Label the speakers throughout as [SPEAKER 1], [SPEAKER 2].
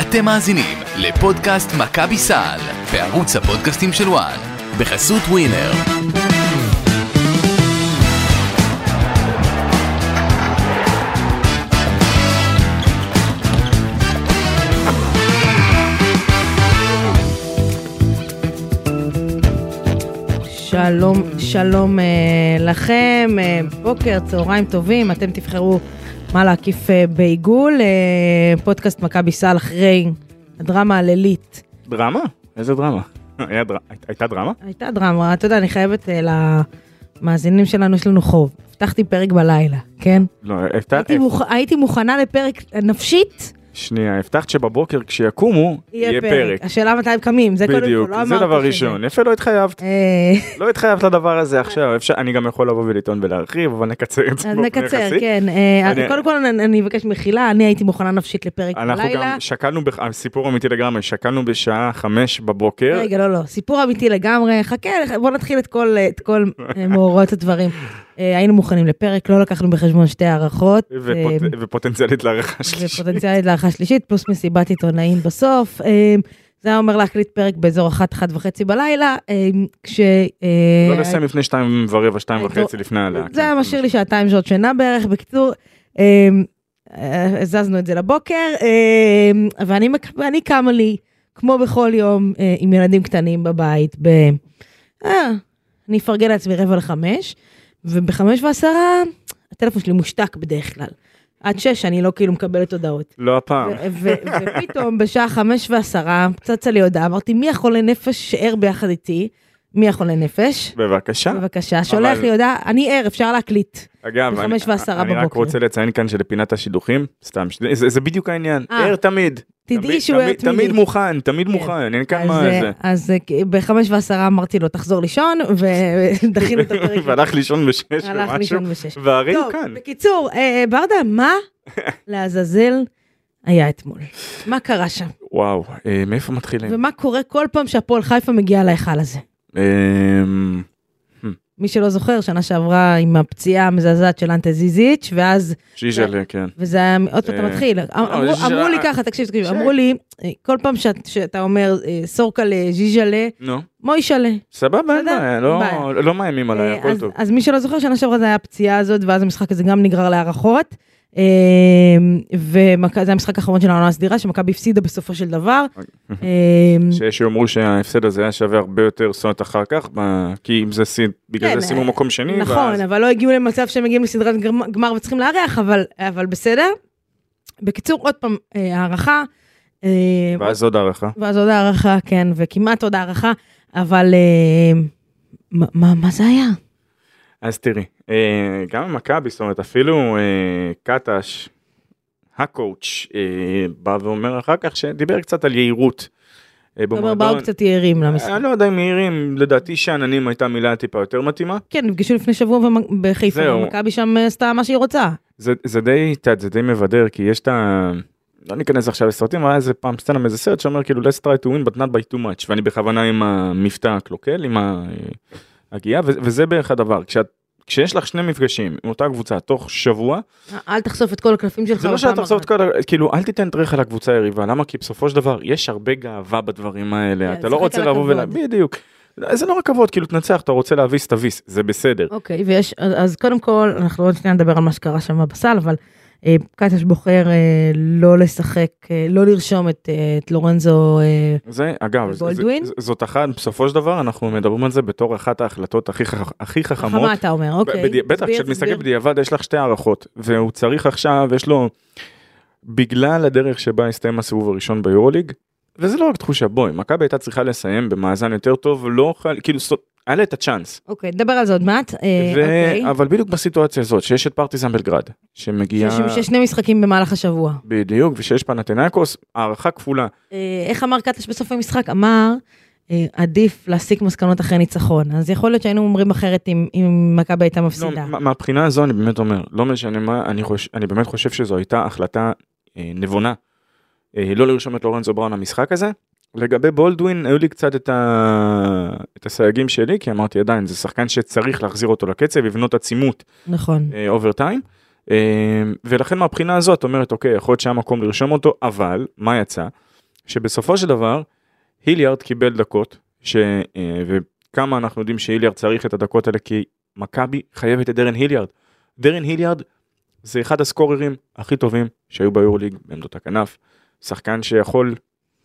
[SPEAKER 1] אתם מאזינים לפודקאסט מכבי סל בערוץ הפודקאסטים של וואן בחסות ווינר.
[SPEAKER 2] שלום, שלום אה, לכם, אה, בוקר, צהריים טובים, אתם תבחרו מה להקיף אה, בעיגול, אה, פודקאסט מכבי סל אחרי הדרמה הלילית.
[SPEAKER 3] דרמה? איזה דרמה? לא, היה דר... הי- הייתה דרמה?
[SPEAKER 2] הייתה דרמה, אתה יודע, אני חייבת אה, למאזינים שלנו, יש לנו חוב. הבטחתי פרק בלילה, כן?
[SPEAKER 3] לא, הייתה...
[SPEAKER 2] הייתי, מוכ... הייתי מוכנה לפרק נפשית,
[SPEAKER 3] שנייה, הבטחת שבבוקר כשיקומו, יהיה פרק.
[SPEAKER 2] השאלה מתי הם קמים, זה קודם
[SPEAKER 3] בדיוק,
[SPEAKER 2] כל, לא אמרתי
[SPEAKER 3] זה דבר
[SPEAKER 2] שזה.
[SPEAKER 3] ראשון. יפה, לא התחייבת.
[SPEAKER 2] אה,
[SPEAKER 3] לא התחייבת לדבר הזה עכשיו. אפשר- אני גם יכול לבוא ולטעון ולהרחיב, אבל נקצר את זה.
[SPEAKER 2] אז
[SPEAKER 3] באופן
[SPEAKER 2] נקצר,
[SPEAKER 3] יחסי.
[SPEAKER 2] כן. אה,
[SPEAKER 3] אני-
[SPEAKER 2] קודם כל אני- אני אבקש מחילה, אני הייתי מוכנה נפשית לפרק בלילה.
[SPEAKER 3] אנחנו גם שקלנו, בח- סיפור אמיתי לגמרי, שקלנו בשעה חמש בבוקר.
[SPEAKER 2] רגע, לא, לא, סיפור אמיתי לגמרי, חכה, בוא נתחיל את כל, את כל אה, מאורעות הדברים. אה, היינו מוכנים לפרק, לא לקחנו בחשבון שתי הערכות.
[SPEAKER 3] ופוט-
[SPEAKER 2] אה,
[SPEAKER 3] ופוטנציאלית להערכה שלישית.
[SPEAKER 2] ופוטנציאלית להערכה שלישית, פלוס מסיבת עיתונאים בסוף. אה, זה היה אומר להקליט פרק באזור אחת, אחת וחצי בלילה, אה, כש... אה,
[SPEAKER 3] לא נסיים לפני שתיים ורבע, שתיים
[SPEAKER 2] אה,
[SPEAKER 3] וחצי לפני כן, הלהקה.
[SPEAKER 2] זה היה משאיר לי שעתיים שעות שינה בערך. בקיצור, אה, אה, הזזנו את זה לבוקר, אה, ואני, מק- ואני קמה לי, כמו בכל יום, אה, עם ילדים קטנים בבית, ב... אה, אני אפרגן לעצמי רבע לחמש, ובחמש ועשרה, הטלפון שלי מושתק בדרך כלל. עד שש אני לא כאילו מקבלת הודעות.
[SPEAKER 3] לא הפעם.
[SPEAKER 2] ו- ו- ופתאום בשעה חמש ועשרה צצה לי הודעה, אמרתי, מי החולה נפש שער ביחד איתי? מי החולה נפש?
[SPEAKER 3] בבקשה.
[SPEAKER 2] בבקשה, שולח לי הודעה, אני ער, אפשר להקליט.
[SPEAKER 3] אגב, אני,
[SPEAKER 2] בחמש ועשרה
[SPEAKER 3] אני רק
[SPEAKER 2] בבוקר.
[SPEAKER 3] רוצה לציין כאן שלפינת השידוכים, סתם, ש... זה, זה בדיוק העניין,
[SPEAKER 2] אה.
[SPEAKER 3] ער תמיד.
[SPEAKER 2] תדעי
[SPEAKER 3] תמיד-
[SPEAKER 2] שהוא ער
[SPEAKER 3] תמיד-
[SPEAKER 2] תמידי.
[SPEAKER 3] תמיד מוכן, תמיד מוכן, אין כאן
[SPEAKER 2] אז,
[SPEAKER 3] מה
[SPEAKER 2] אה,
[SPEAKER 3] זה.
[SPEAKER 2] אז אה, כי בחמש ועשרה אמרתי לו, תחזור לישון, ודחינו את הפרק.
[SPEAKER 3] והלך לישון בשש
[SPEAKER 2] הלך
[SPEAKER 3] ומשהו,
[SPEAKER 2] לישון בשש.
[SPEAKER 3] והרי הוא
[SPEAKER 2] טוב,
[SPEAKER 3] כאן.
[SPEAKER 2] בקיצור, אה, ברדה, מה לעזאזל היה אתמול? מה קרה שם?
[SPEAKER 3] וואו, אה, מאיפה מתחילים?
[SPEAKER 2] ומה קורה כל פעם שהפועל חיפה מגיעה להיכל הזה?
[SPEAKER 3] אמ,
[SPEAKER 2] מי שלא זוכר, שנה שעברה עם הפציעה המזעזעת של אנטה זיזיץ', ואז,
[SPEAKER 3] ז'יז'לה, כן.
[SPEAKER 2] וזה היה, עוד פעם אתה
[SPEAKER 3] אה,
[SPEAKER 2] מתחיל, אמרו-
[SPEAKER 3] ז'יז'ה-
[SPEAKER 2] אמרו לי ככה, תקשיב, תקשיב,
[SPEAKER 3] ש-
[SPEAKER 2] אמרו לי, אה, כל פעם שאת- שאתה אומר אה, סורקלה, ז'יז'לה,
[SPEAKER 3] נו,
[SPEAKER 2] מוישלה.
[SPEAKER 3] סבבה, אין
[SPEAKER 2] בסדר,
[SPEAKER 3] בעיה, לא-
[SPEAKER 2] בעיה.
[SPEAKER 3] לא מאיימים עליי,
[SPEAKER 2] אה,
[SPEAKER 3] הכל
[SPEAKER 2] אז-
[SPEAKER 3] טוב.
[SPEAKER 2] אז מי שלא זוכר, שנה שעברה זה היה הפציעה הזאת, ואז המשחק הזה גם נגרר להערכות. וזה המשחק האחרון של העונה הסדירה, שמכבי הפסידה בסופו של דבר.
[SPEAKER 3] אוקיי.
[SPEAKER 2] אמ,
[SPEAKER 3] שיש שיאמרו שההפסד הזה היה שווה הרבה יותר סוט אחר כך, ב- כי אם זה סיד,
[SPEAKER 2] כן,
[SPEAKER 3] בגלל זה שימו
[SPEAKER 2] אה,
[SPEAKER 3] מקום שני,
[SPEAKER 2] נכון,
[SPEAKER 3] ואז-
[SPEAKER 2] אבל לא הגיעו למצב שהם מגיעים לסדרת גמר- גמר וצריכים לארח, אבל- אבל בסדר. בקיצור, עוד פעם, אה, הערכה. אה,
[SPEAKER 3] ואז עוד הערכה.
[SPEAKER 2] ואז עוד הערכה, כן, וכמעט עוד הערכה, אבל אה, מה- מה מה זה היה?
[SPEAKER 3] אז תראי, אה, גם במכבי, זאת אומרת, אפילו אה, קטש, הקואוץ', אה, בא ואומר אחר כך, שדיבר קצת על יהירות. אה,
[SPEAKER 2] תומר
[SPEAKER 3] במועדון.
[SPEAKER 2] באו קצת יערים למשחק.
[SPEAKER 3] אני לא יודע אם מהירים, לדעתי שאננים הייתה מילה טיפה יותר מתאימה.
[SPEAKER 2] כן, נפגשו לפני שבוע במ- בחיפה,
[SPEAKER 3] זהו.
[SPEAKER 2] ומכבי שם אה, עשתה מה שהיא רוצה.
[SPEAKER 3] זה, זה די, את יודעת, זה די מבדר, כי יש את ה... לא ניכנס עכשיו לסרטים, היה איזה פעם סצנה מאיזה סרט שאומר כאילו let's try to win but not by too much, ואני בכוונה עם המבטא הקלוקל, עם ההגיעה, ו- וזה בערך הדבר. כשאת, כשיש לך שני מפגשים עם אותה קבוצה תוך שבוע,
[SPEAKER 2] אה, אל תחשוף את כל הקלפים שלך.
[SPEAKER 3] זה לא
[SPEAKER 2] בפעם
[SPEAKER 3] שאתה תחשוף את
[SPEAKER 2] אחת.
[SPEAKER 3] כל ה... כאילו, אל תיתן טרחה לקבוצה היריבה, למה? כי בסופו של דבר, יש הרבה גאווה בדברים האלה,
[SPEAKER 2] כן,
[SPEAKER 3] אתה לא
[SPEAKER 2] לשחק
[SPEAKER 3] רוצה
[SPEAKER 2] על
[SPEAKER 3] לבוא ול...
[SPEAKER 2] הכבוד.
[SPEAKER 3] בדיוק. לא, זה לא רק כבוד, כאילו, תנצח, אתה רוצה להביס, תביס, זה בסדר.
[SPEAKER 2] אוקיי, ויש, אז- אז קודם כל, אנחנו עוד שנייה נדבר על מה שקרה שם בסל, אבל אה, קטש בוחר אה, לא לשחק, אה, לא לרשום את אה, את לורנזו, אה,
[SPEAKER 3] זה, אגב, זה-
[SPEAKER 2] ובולדווין?
[SPEAKER 3] זה- זאת אחת, בסופו של דבר, אנחנו מדברים על זה בתור אחת ההחלטות הכי חכ- הכי חכמות.
[SPEAKER 2] חכמה אתה אומר, אוקיי.
[SPEAKER 3] בדי- בטח
[SPEAKER 2] תסביר,
[SPEAKER 3] כשאת מסתכלת
[SPEAKER 2] תסביר.
[SPEAKER 3] בדיעבד יש לך שתי הערכות והוא צריך עכשיו יש לו בגלל הדרך שבה הסתיים הסיבוב הראשון ביורוליג וזה לא רק תחושה בואי מכבי הייתה צריכה לסיים במאזן יותר טוב לא חל- כאילו סו- היה לה את הצ'אנס.
[SPEAKER 2] אוקיי, נדבר על זה עוד מעט. אה,
[SPEAKER 3] ו...
[SPEAKER 2] אוקיי.
[SPEAKER 3] אבל בדיוק בסיטואציה הזאת שיש את פרטיזן בלגרד שמגיעה
[SPEAKER 2] שיש- שיש שני משחקים במהלך השבוע.
[SPEAKER 3] בדיוק ושיש פנתנאיקוס הערכה כפולה לא,
[SPEAKER 2] אה, איך אמר קטש בסוף המשחק? אמר, אה, עדיף להסיק מסקנות אחרי ניצחון. אז יכול להיות שהיינו אומרים אחרת אם- אם מכבי הייתה
[SPEAKER 3] לא,
[SPEAKER 2] מפסידה.
[SPEAKER 3] מה- מהבחינה הזו אני באמת אומר לא משנה מה אני חושב אני באמת חושב שזו הייתה החלטה אה, נבונה אה, לא לרשום את לורנזו בראון למשחק הזה. לגבי בולדווין היו לי קצת את, ה... את הסייגים שלי כי אמרתי עדיין זה שחקן שצריך להחזיר אותו לקצב לבנות עצימות
[SPEAKER 2] נכון.
[SPEAKER 3] אובר טיים אה, ולכן מהבחינה הזאת אומרת אוקיי יכול להיות שהיה מקום לרשום אותו אבל מה יצא שבסופו של דבר, היליארד קיבל דקות, ש... אה, וכמה אנחנו יודעים שהיליארד צריך את הדקות האלה, כי מכבי חייבת את דרן היליארד. דרן היליארד זה אחד הסקוררים הכי טובים שהיו ביורוליג בעמדות הכנף, שחקן שיכול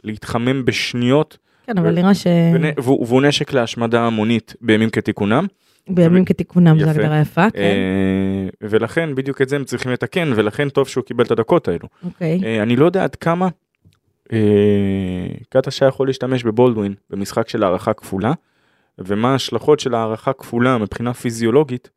[SPEAKER 3] להתחמם בשניות,
[SPEAKER 2] כן,
[SPEAKER 3] אה,
[SPEAKER 2] אבל נראה
[SPEAKER 3] ונ- והוא והוא נשק להשמדה המונית בימים כתיקונם.
[SPEAKER 2] שבימים כתיקונם זו
[SPEAKER 3] יפה.
[SPEAKER 2] הגדרה יפה, כן,
[SPEAKER 3] אה, ולכן בדיוק את זה הם צריכים לתקן ולכן טוב שהוא קיבל את הדקות האלו.
[SPEAKER 2] אוקיי.
[SPEAKER 3] אה, אני לא יודע עד כמה אה, קטש היה יכול להשתמש בבולדווין במשחק של הערכה כפולה ומה ההשלכות של הערכה כפולה מבחינה פיזיולוגית.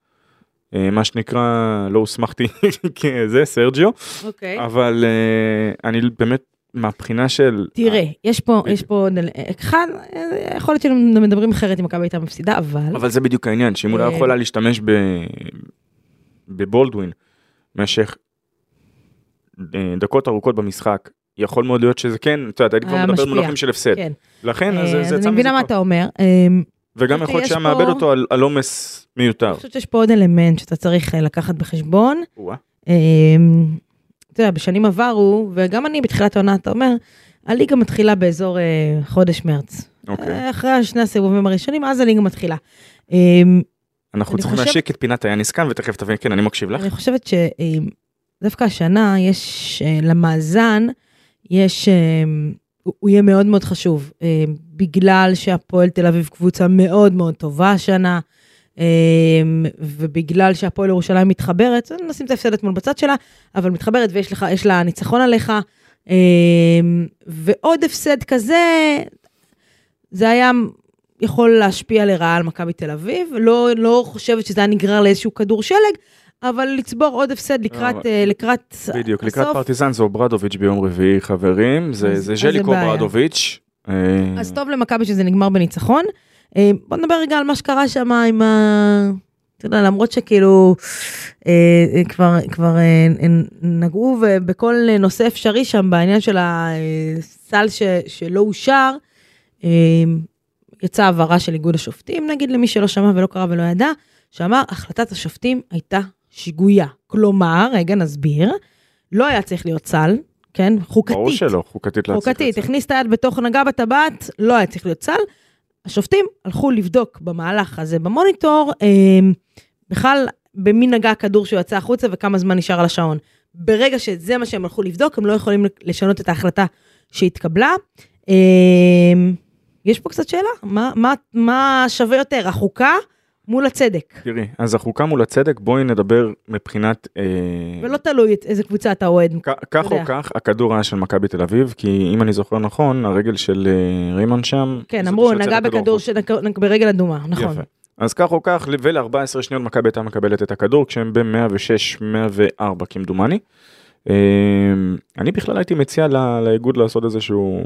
[SPEAKER 3] אה, מה שנקרא לא הוסמכתי כזה סרג'יו
[SPEAKER 2] אוקיי.
[SPEAKER 3] אבל אה, אני באמת מהבחינה של
[SPEAKER 2] תראה, יש פה,
[SPEAKER 3] בדיוק.
[SPEAKER 2] יש פה, נל- אחד, אה, יכול להיות שהם מדברים אחרת אם מכבי הייתה מפסידה, אבל,
[SPEAKER 3] אבל זה בדיוק העניין שאם הוא לא
[SPEAKER 2] אה.
[SPEAKER 3] יכול היה להשתמש ב... בבולדווין במשך אה, דקות ארוכות במשחק יכול מאוד להיות שזה כן את יודעת הייתי כבר
[SPEAKER 2] היה
[SPEAKER 3] מדבר
[SPEAKER 2] משפיע.
[SPEAKER 3] במונחים של הפסד
[SPEAKER 2] כן.
[SPEAKER 3] לכן אז
[SPEAKER 2] אה,
[SPEAKER 3] זה-
[SPEAKER 2] אז אני
[SPEAKER 3] זה יצא מזה
[SPEAKER 2] מבינה מה
[SPEAKER 3] טוב.
[SPEAKER 2] אתה אומר. אה,
[SPEAKER 3] וגם יכול להיות
[SPEAKER 2] יש
[SPEAKER 3] שהיה
[SPEAKER 2] פה-
[SPEAKER 3] מאבד אותו על- על עומס מיותר.
[SPEAKER 2] אני חושבת שיש פה עוד אלמנט שאתה צריך אה, לקחת בחשבון.
[SPEAKER 3] וואה.
[SPEAKER 2] אמ, אתה יודע, בשנים עברו, וגם אני בתחילת העונה, אתה אומר, הליגה מתחילה באזור אה, חודש מרץ.
[SPEAKER 3] אוקיי
[SPEAKER 2] אה, אחרי שני הסיבובים הראשונים, אז הליגה מתחילה. אמ,
[SPEAKER 3] אנחנו
[SPEAKER 2] אני
[SPEAKER 3] צריכים
[SPEAKER 2] חושבת-
[SPEAKER 3] להשיק את פינת היה נסכם ותכף תבין כן אני מקשיב לך
[SPEAKER 2] אני חושבת שדווקא השנה יש אה, למאזן, יש, אה, הוא הוא יהיה מאוד מאוד חשוב, אה, בגלל שהפועל תל אביב קבוצה מאוד מאוד טובה השנה, אה, ובגלל שהפועל ירושלים מתחברת, נשים את ההפסד אתמול בצד שלה, אבל מתחברת ויש לך, יש לה ניצחון עליך, אה, ועוד הפסד כזה, זה היה יכול להשפיע לרעה על מכבי תל אביב, לא, לא חושבת שזה היה נגרר לאיזשהו כדור שלג, אבל לצבור עוד הפסד לקראת,
[SPEAKER 3] אבל-
[SPEAKER 2] אה, לקראת
[SPEAKER 3] בדיוק
[SPEAKER 2] הסוף.
[SPEAKER 3] לקראת פרטיזן זה אוברדוביץ' ביום רביעי חברים זה
[SPEAKER 2] אז-
[SPEAKER 3] זה
[SPEAKER 2] אז זה
[SPEAKER 3] ז'ליקו
[SPEAKER 2] בעיה.
[SPEAKER 3] אוברדוביץ'. אה,
[SPEAKER 2] אז טוב למכבי שזה נגמר בניצחון. אה, בוא נדבר רגע על מה שקרה שם עם ה... אתה יודע, למרות שכאילו אה, אה, כבר, כבר אה, נ- נגעו ו- בכל אה, נושא אפשרי שם בעניין של הסל ש, שלא אושר, אה, יצאה הבהרה של איגוד השופטים, נגיד למי שלא שמע ולא קרא ולא ידע, שאמר החלטת השופטים הייתה שגויה. כלומר, רגע נסביר, לא היה צריך להיות סל, כן? חוקתית.
[SPEAKER 3] ברור שלא חוקתית להצליח
[SPEAKER 2] חוקתית,
[SPEAKER 3] לא לצאת.
[SPEAKER 2] הכניס את היד בתוך נגע בטבעת, לא היה צריך להיות סל. השופטים הלכו לבדוק במהלך הזה במוניטור, אה, בכלל במי נגע הכדור שהוא יצא החוצה וכמה זמן נשאר על השעון. ברגע שזה מה שהם הלכו לבדוק, הם לא יכולים לשנות את ההחלטה שהתקבלה. אה, יש פה קצת שאלה, מה, מה, מה שווה יותר, החוקה מול הצדק?
[SPEAKER 3] תראי, אז החוקה מול הצדק, בואי נדבר מבחינת... אה,
[SPEAKER 2] ולא תלוי את איזה קבוצה אתה אוהד.
[SPEAKER 3] כ- כך או
[SPEAKER 2] יודע.
[SPEAKER 3] כך, הכדור היה של מכבי תל אביב, כי אם אני זוכר נכון, הרגל של אה, ריימן שם...
[SPEAKER 2] כן,
[SPEAKER 3] זאת
[SPEAKER 2] אמרו,
[SPEAKER 3] שיוצאת
[SPEAKER 2] נגע
[SPEAKER 3] לכדור
[SPEAKER 2] בכדור
[SPEAKER 3] החוץ.
[SPEAKER 2] שנק... נק- ברגל אדומה, נכון.
[SPEAKER 3] יפה. אז כך או כך, ול-14 שניות מכבי הייתה מקבלת את הכדור, כשהם ב-106-104 כמדומני. אה, אני בכלל הייתי מציע ל- לאיגוד לעשות איזשהו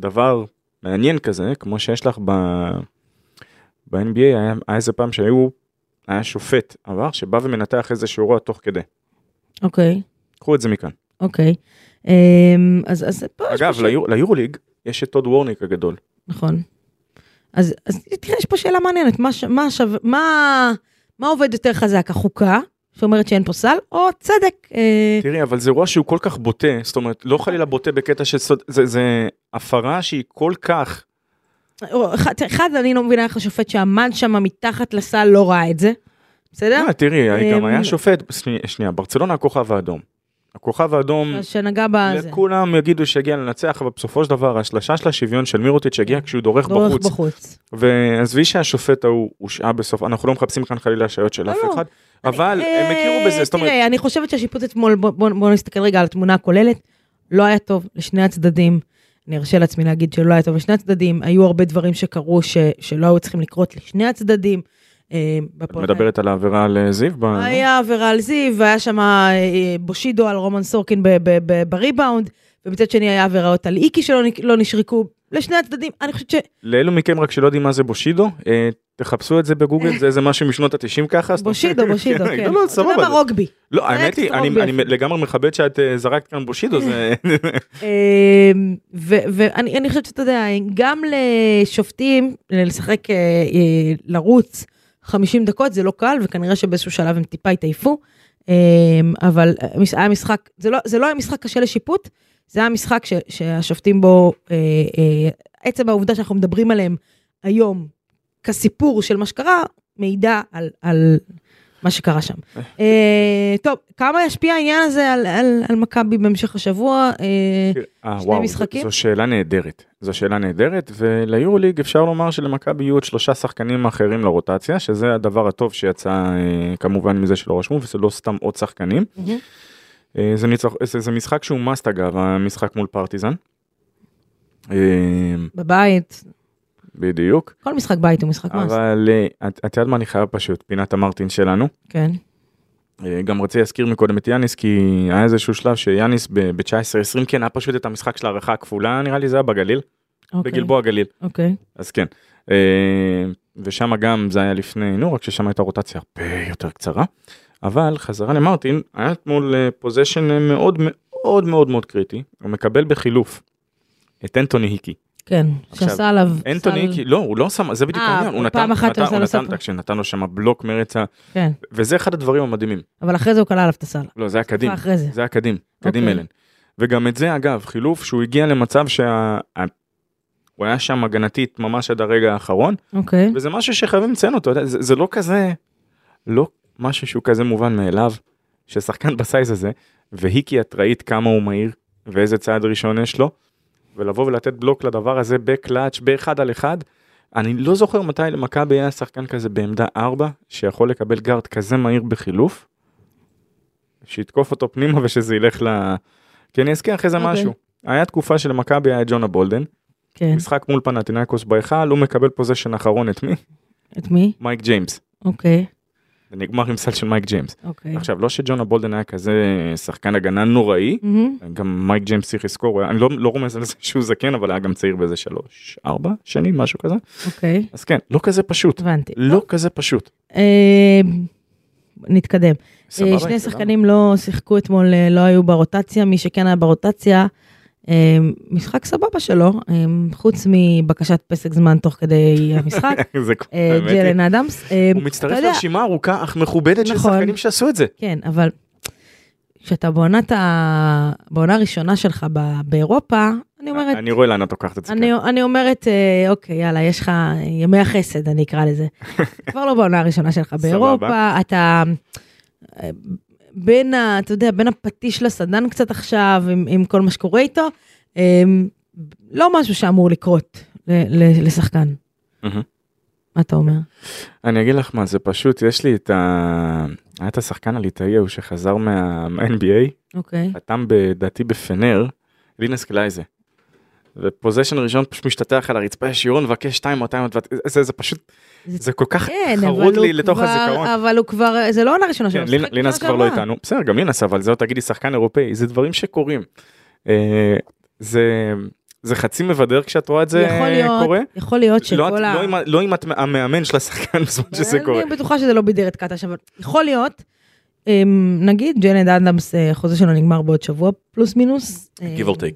[SPEAKER 3] דבר מעניין כזה, כמו שיש לך ב- ב-NBA, היה היה איזה פעם שהיו, היה שופט עבר, שבא ומנתח איזשהו אירוע תוך כדי.
[SPEAKER 2] אוקיי.
[SPEAKER 3] קחו את זה מכאן.
[SPEAKER 2] אוקיי. אמ, אז אז פה יש
[SPEAKER 3] אגב,
[SPEAKER 2] פה שאלה-
[SPEAKER 3] ליור- ליורוליג יש את טוד וורניק הגדול.
[SPEAKER 2] נכון. אז אז תראה, יש פה שאלה מעניינת, מה ש- מה שווה- מה- מה עובד יותר חזק, החוקה, שאומרת שאין פה סל, או צדק? אה,
[SPEAKER 3] תראי, אבל זה אירוע שהוא כל כך בוטה, זאת אומרת, לא חלילה בוטה בקטע של סוד, זה- זה הפרה שהיא כל כך,
[SPEAKER 2] או- אחד- אחד, אני לא מבינה איך השופט שעמד שם מתחת לסל לא ראה את זה, בסדר?
[SPEAKER 3] אה, תראי, גם
[SPEAKER 2] אמ,
[SPEAKER 3] היה שופט, שני- שנייה, ברצלונה הכוכב האדום. הכוכב האדום,
[SPEAKER 2] שנגע בזה.
[SPEAKER 3] לכולם יגידו שהגיע לנצח, אבל בסופו של דבר השלשה של השוויון של מירוטיץ' הגיעה כשהוא דורך
[SPEAKER 2] דורך
[SPEAKER 3] בחוץ.
[SPEAKER 2] בחוץ.
[SPEAKER 3] ועזבי שהשופט ההוא הושעה בסוף, אנחנו לא מחפשים כאן חלילה השעיות של
[SPEAKER 2] לא,
[SPEAKER 3] אף
[SPEAKER 2] לא.
[SPEAKER 3] אחד, אבל
[SPEAKER 2] אה,
[SPEAKER 3] הם הכירו בזה, זאת אומרת,
[SPEAKER 2] תראה, אני חושבת שהשיפוט אתמול, בוא- בוא בוא נסתכל רגע על התמונה הכוללת, לא היה טוב לשני הצדדים. אני ארשה לעצמי להגיד שלא היה טוב לשני הצדדים, היו הרבה דברים שקרו ש- שלא היו צריכים לקרות לשני הצדדים. אה,
[SPEAKER 3] את
[SPEAKER 2] בפועל-
[SPEAKER 3] מדברת על העבירה על אה, זיו? ב-
[SPEAKER 2] היה עבירה על זיו, והיה שם אה, בושידו על רומן סורקין ב- ב- ב- בריבאונד, ומצד שני היה עבירות על איקי שלא נק- לא נשרקו, לשני הצדדים, אני חושבת ש...
[SPEAKER 3] לאלו מכם רק שלא יודעים מה זה בושידו, אה, תחפשו את זה בגוגל, זה איזה משהו משנות ה-90 ככה. זאת אומרת-
[SPEAKER 2] בושידו, בושידו, כן.
[SPEAKER 3] לא, לא,
[SPEAKER 2] אתה יודע
[SPEAKER 3] סבבה.
[SPEAKER 2] מה, רוגבי.
[SPEAKER 3] לא, האמת היא,
[SPEAKER 2] קצת
[SPEAKER 3] אני
[SPEAKER 2] רוגבי.
[SPEAKER 3] אני לגמרי מכבד שאת אה, זרקת כאן בושידו, זה...
[SPEAKER 2] אמ, ו- ואני אני חושבת שאתה יודע, גם לשופטים, לשחק, אה, אה, לרוץ 50 דקות זה לא קל, וכנראה שבאיזשהו שלב הם טיפה התעייפו, אמ, אבל אה, מש- היה משחק, זה לא- זה לא היה משחק קשה לשיפוט, זה היה משחק ש, שהשופטים בו, אה, אה, עצם העובדה שאנחנו מדברים עליהם היום כסיפור של מה שקרה, מידע על, על מה שקרה שם. אה, טוב, כמה ישפיע העניין הזה על, על, על מכבי בהמשך השבוע? אה,
[SPEAKER 3] אה,
[SPEAKER 2] שני
[SPEAKER 3] וואו, זו,
[SPEAKER 2] משחקים?
[SPEAKER 3] זו שאלה נהדרת. זו שאלה נהדרת, וליורוליג אפשר לומר שלמכבי יהיו עוד שלושה שחקנים אחרים לרוטציה, שזה הדבר הטוב שיצא אה, כמובן מזה שלא רשמו, וזה לא סתם עוד שחקנים. אה, זה, ניצח, זה, זה משחק שהוא מאסט אגב, המשחק מול פרטיזן. אה,
[SPEAKER 2] בבית,
[SPEAKER 3] בדיוק.
[SPEAKER 2] כל משחק בית הוא משחק מס.
[SPEAKER 3] אבל אה, את- את יודעת מה אני חייב פשוט, פינת המרטין שלנו.
[SPEAKER 2] כן.
[SPEAKER 3] אה, גם רציתי להזכיר מקודם את יאניס כי היה איזשהו שלב שיאניס ב-19-20 כן היה פשוט את המשחק של ההערכה הכפולה נראה לי זה היה בגליל,
[SPEAKER 2] אוקיי,
[SPEAKER 3] בגלבוע גליל.
[SPEAKER 2] אוקיי.
[SPEAKER 3] אז כן. אה, ושם גם זה היה לפני, נו, רק ששם הייתה רוטציה הרבה יותר קצרה. אבל חזרה למרטין, היה אתמול אה, פוזיישן אה, מאוד מאוד מאוד מאוד קריטי, הוא מקבל בחילוף את אנטוני היקי.
[SPEAKER 2] כן,
[SPEAKER 3] עכשיו,
[SPEAKER 2] שעשה עליו...
[SPEAKER 3] אנטוני
[SPEAKER 2] סל-
[SPEAKER 3] היקי, לא, הוא לא שם, זה בדיוק
[SPEAKER 2] אה,
[SPEAKER 3] העניין, הוא נתן,
[SPEAKER 2] פעם אחת הוא
[SPEAKER 3] הוא נתן,
[SPEAKER 2] עשה
[SPEAKER 3] הוא
[SPEAKER 2] לו
[SPEAKER 3] נתן,
[SPEAKER 2] ספר.
[SPEAKER 3] תקשיב, נתן לו שם בלוק מרצה,
[SPEAKER 2] כן,
[SPEAKER 3] וזה אחד הדברים המדהימים.
[SPEAKER 2] אבל אחרי זה הוא כלל עליו את הסל.
[SPEAKER 3] לא, זה היה קדים,
[SPEAKER 2] אחרי זה.
[SPEAKER 3] זה היה קדים, קדים
[SPEAKER 2] אוקיי.
[SPEAKER 3] אלן. וגם את זה אגב, חילוף שהוא הגיע למצב שה... ה- הוא היה שם הגנתית ממש עד הרגע האחרון,
[SPEAKER 2] אוקיי.
[SPEAKER 3] וזה משהו שחייבים לציין אותו, אתה יודע, זה, זה לא כזה, לא משהו שהוא כזה מובן מאליו, ששחקן בסייז הזה, והיקי את ראית כמה הוא מהיר, ואיזה צעד ראשון יש לו, ולבוא ולתת בלוק לדבר הזה בקלאץ' באחד על אחד, אני לא זוכר מתי למכבי היה שחקן כזה בעמדה 4, שיכול לקבל גארד כזה מהיר בחילוף, שיתקוף אותו פנימה ושזה ילך ל... כי אני אזכיר אחרי זה
[SPEAKER 2] אוקיי.
[SPEAKER 3] משהו. היה תקופה שלמכבי היה את ג'ונה בולדן,
[SPEAKER 2] כן.
[SPEAKER 3] משחק מול פנטינקוס בהיכל, הוא מקבל פוזיישן אחרון את מי?
[SPEAKER 2] את מי?
[SPEAKER 3] מייק ג'יימס.
[SPEAKER 2] אוקיי.
[SPEAKER 3] זה נגמר עם סל של מייק ג'יימס.
[SPEAKER 2] אוקיי.
[SPEAKER 3] עכשיו, לא שג'ונה בולדן היה כזה אה, שחקן הגנה נוראי,
[SPEAKER 2] מהמם. גם
[SPEAKER 3] גם מייק ג'יימס צריך לזכור, הוא היה- אני לא, לא רומז על זה שהוא זקן, אבל היה גם צעיר באיזה שלוש, ארבע שנים, משהו כזה.
[SPEAKER 2] אוקיי,
[SPEAKER 3] אז כן, לא כזה פשוט.
[SPEAKER 2] הבנתי.
[SPEAKER 3] לא כזה פשוט.
[SPEAKER 2] אה, נתקדם.
[SPEAKER 3] סבבה,
[SPEAKER 2] אה,
[SPEAKER 3] התקדמנו.
[SPEAKER 2] שני שחקנים לא שיחקו אתמול, אה, לא היו ברוטציה, מי שכן היה ברוטציה, אה, משחק סבבה שלו, אה, חוץ מבקשת פסק זמן תוך כדי המשחק,
[SPEAKER 3] זה כמו-
[SPEAKER 2] אה,
[SPEAKER 3] האמת היא,
[SPEAKER 2] ג'לן אדמס. אה,
[SPEAKER 3] הוא
[SPEAKER 2] אתה
[SPEAKER 3] מצטרף
[SPEAKER 2] יודע,
[SPEAKER 3] לרשימה ארוכה אך מכובדת של
[SPEAKER 2] נכון.
[SPEAKER 3] שחקנים שעשו את זה.
[SPEAKER 2] כן, אבל כשאתה בעונת ה... בעונה הראשונה שלך ב- באירופה, אני אומרת,
[SPEAKER 3] אה, אני רואה לאן את לוקחת את זה. כן.
[SPEAKER 2] אני, אני אומרת, אה, אוקיי, יאללה, יש לך ימי החסד, אני אקרא לזה. כבר לא בעונה הראשונה שלך באירופה, אתה אה, בין, ה, אתה יודע, בין הפטיש לסדן קצת עכשיו, עם, עם כל מה שקורה איתו, אה, לא משהו שאמור לקרות ל, ל, לשחקן.
[SPEAKER 3] מהמם.
[SPEAKER 2] מה אתה אומר?
[SPEAKER 3] כן. אני אגיד לך מה, זה פשוט, יש לי את ה... היה את השחקן הליטאי ההוא שחזר מה- מה-NBA,
[SPEAKER 2] אוקיי.
[SPEAKER 3] חתם בדעתי בפנר, לינס קלייזה. ופוזיישן ראשון פשוט משתטח על הרצפה ישירו, מבקש 2 או 200, זה זה פשוט, זה כל כך
[SPEAKER 2] כן,
[SPEAKER 3] חרוט
[SPEAKER 2] אבל הוא
[SPEAKER 3] לי לתוך
[SPEAKER 2] כבר-
[SPEAKER 3] הזיכרון.
[SPEAKER 2] אבל הוא כבר, זה לא עונה ראשונה שלו,
[SPEAKER 3] כן,
[SPEAKER 2] הוא
[SPEAKER 3] לינ-
[SPEAKER 2] שיחק
[SPEAKER 3] לינס
[SPEAKER 2] בשנה
[SPEAKER 3] כבר לא
[SPEAKER 2] שעברה.
[SPEAKER 3] איתנו, בסדר, גם לינס, אבל זהו, תגידי, שחקן אירופאי, זה דברים שקורים. אה, זה זה חצי מבדר כשאת רואה את זה
[SPEAKER 2] יכול להיות,
[SPEAKER 3] קורה.
[SPEAKER 2] יכול להיות
[SPEAKER 3] לא את-
[SPEAKER 2] שכל ה...
[SPEAKER 3] לא עם ה- לא אם את המאמן של השחקן בזמן שזה
[SPEAKER 2] אני
[SPEAKER 3] קורה.
[SPEAKER 2] בטוחה שזה לא בידר את קטש, אבל יכול להיות, אמ, נגיד ג'נד אדמס, אה, החוזה שלו נגמר בעוד שבוע, פלוס מינוס. אה,
[SPEAKER 3] taken.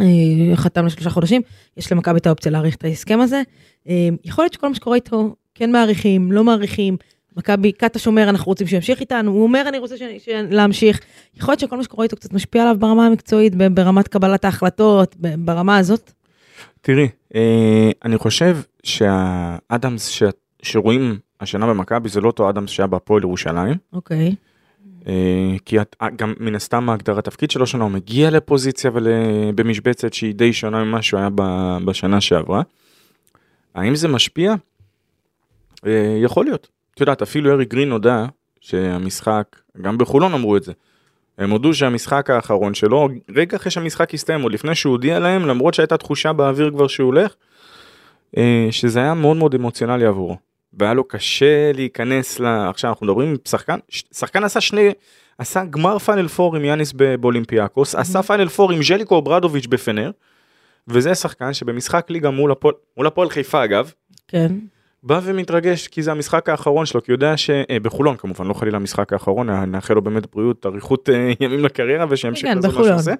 [SPEAKER 2] אה, חתם לשלושה חודשים, יש למכבי את האופציה להאריך את ההסכם הזה. אה, יכול להיות שכל מה שקורה איתו, כן מעריכים, לא מעריכים. מכבי, קטש אומר, אנחנו רוצים שימשיך איתנו, הוא אומר, אני רוצה ש... ש... להמשיך. יכול להיות שכל מה שקורה איתו קצת משפיע עליו ברמה המקצועית, ב- ברמת קבלת ההחלטות, ב- ברמה הזאת.
[SPEAKER 3] תראי, אה, אני חושב שהאדמס ש- שרואים השנה במכבי זה לא אותו אדמס שהיה בהפועל ירושלים.
[SPEAKER 2] אוקיי,
[SPEAKER 3] אה, כי את, אה, גם מן הסתם ההגדרת התפקיד שלו שונה, הוא מגיע לפוזיציה ובמשבצת שהיא די שונה ממה שהוא היה ב- בשנה שעברה. האם זה משפיע? אה, יכול להיות. את יודעת, אפילו ארי גרין הודה שהמשחק, גם בחולון אמרו את זה. הם הודו שהמשחק האחרון שלו, רגע אחרי שהמשחק הסתיים, עוד לפני שהוא הודיע להם, למרות שהייתה תחושה באוויר כבר שהוא הולך, אה, שזה היה מאוד מאוד אמוציונלי עבורו. והיה לו קשה להיכנס ל... עכשיו אנחנו מדברים עם שחקן, ש- שחקן עשה שני, עשה גמר פאנל פור עם יאניס ב- באולימפיאקוס, עשה פאנל פור עם ז'ליקו אוברדוביץ' בפנר, וזה שחקן שבמשחק ליגה מול הפועל, מול הפועל חיפה אגב,
[SPEAKER 2] כן.
[SPEAKER 3] בא ומתרגש כי זה המשחק האחרון שלו, כי הוא יודע ש... אה, בחולון כמובן, לא חלילה המשחק האחרון, נאחל לו באמת בריאות, אריכות אה, ימים לקריירה ושימשיך
[SPEAKER 2] כן,
[SPEAKER 3] לעשות מה
[SPEAKER 2] בחולון.
[SPEAKER 3] שהוא עושה.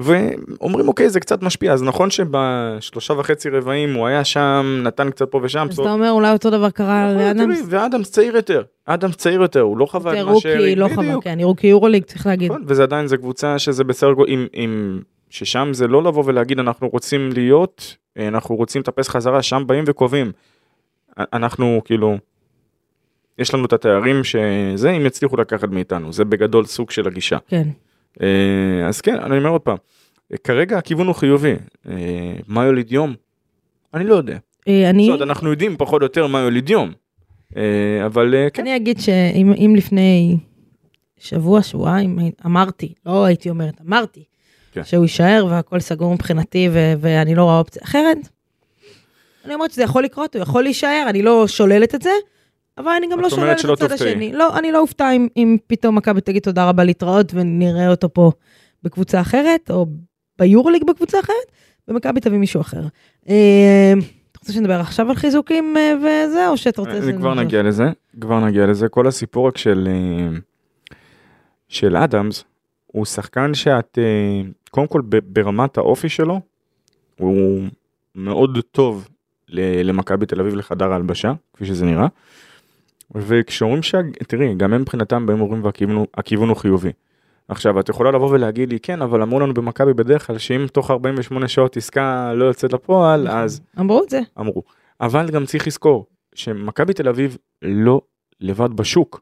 [SPEAKER 3] ואומרים אוקיי זה קצת משפיע אז נכון שבשלושה וחצי רבעים הוא היה שם נתן קצת פה ושם.
[SPEAKER 2] אז אתה אומר אולי אותו דבר קרה
[SPEAKER 3] נכון,
[SPEAKER 2] לאדמס?
[SPEAKER 3] תראי, ואדמס צעיר יותר אדמס צעיר יותר הוא לא חווה
[SPEAKER 2] זה
[SPEAKER 3] את מה
[SPEAKER 2] רוקי, לא
[SPEAKER 3] בדיוק.
[SPEAKER 2] חבל, כן, רוקי יורוליג צריך להגיד.
[SPEAKER 3] נכון, וזה עדיין, זו קבוצה שזה בסדר גודל, אם, אם, ששם זה לא לבוא ולהגיד אנחנו רוצים להיות, אה, אנחנו רוצים לטפס חזרה, שם באים וקובעים. א- אנחנו כאילו, יש לנו את התארים שזה, אם יצליחו לקחת מאיתנו, זה בגדול סוג של הגישה.
[SPEAKER 2] כן.
[SPEAKER 3] אה, אז כן, אני אומר עוד פעם, אה, כרגע הכיוון הוא חיובי, אה, מה יוליד יום? אני לא יודע.
[SPEAKER 2] אה, אני...
[SPEAKER 3] זאת אומרת, אנחנו יודעים פחות או יותר מה יוליד יום. אה, אבל אה, כן,
[SPEAKER 2] אני אגיד שאם אם לפני שבוע, שבועיים, אמרתי, לא הייתי אומרת, אמרתי,
[SPEAKER 3] כן.
[SPEAKER 2] שהוא יישאר והכל סגור מבחינתי ו- ואני לא רואה אופציה אחרת. אני אומרת שזה יכול לקרות, הוא יכול להישאר, אני לא שוללת את זה, אבל אני גם
[SPEAKER 3] את
[SPEAKER 2] לא
[SPEAKER 3] אומרת
[SPEAKER 2] שוללת
[SPEAKER 3] שלא
[SPEAKER 2] את הצד
[SPEAKER 3] תופתעי.
[SPEAKER 2] השני. לא, אני לא אופתע אם, אם פתאום מכבי תגיד תודה רבה להתראות ונראה אותו פה בקבוצה אחרת, או ביורוליג בקבוצה אחרת, ומכבי תביא מישהו אחר. אה, אתה רוצה שנדבר עכשיו על חיזוקים אה, וזה, או שאתה רוצה...
[SPEAKER 3] אני
[SPEAKER 2] שזה
[SPEAKER 3] אה, כבר
[SPEAKER 2] נדבר?
[SPEAKER 3] נגיע לזה, כבר נגיע לזה. כל הסיפור רק של אה, של אדמס, הוא שחקן שאת, אה, קודם כל ב- ברמת האופי שלו, הוא מאוד טוב ל- למכבי תל אביב לחדר ההלבשה, כפי שזה נראה. וכשאומרים ש... תראי, גם הם מבחינתם באים ואומרים והכיוון הוא- הכיוון הוא חיובי. עכשיו, את יכולה לבוא ולהגיד לי, כן, אבל אמרו לנו במכבי בדרך כלל שאם תוך 48 שעות עסקה לא יוצאת לפועל,
[SPEAKER 2] נכון.
[SPEAKER 3] אז
[SPEAKER 2] אמרו את זה.
[SPEAKER 3] אמרו. אבל גם צריך לזכור שמכבי תל אביב לא לבד בשוק.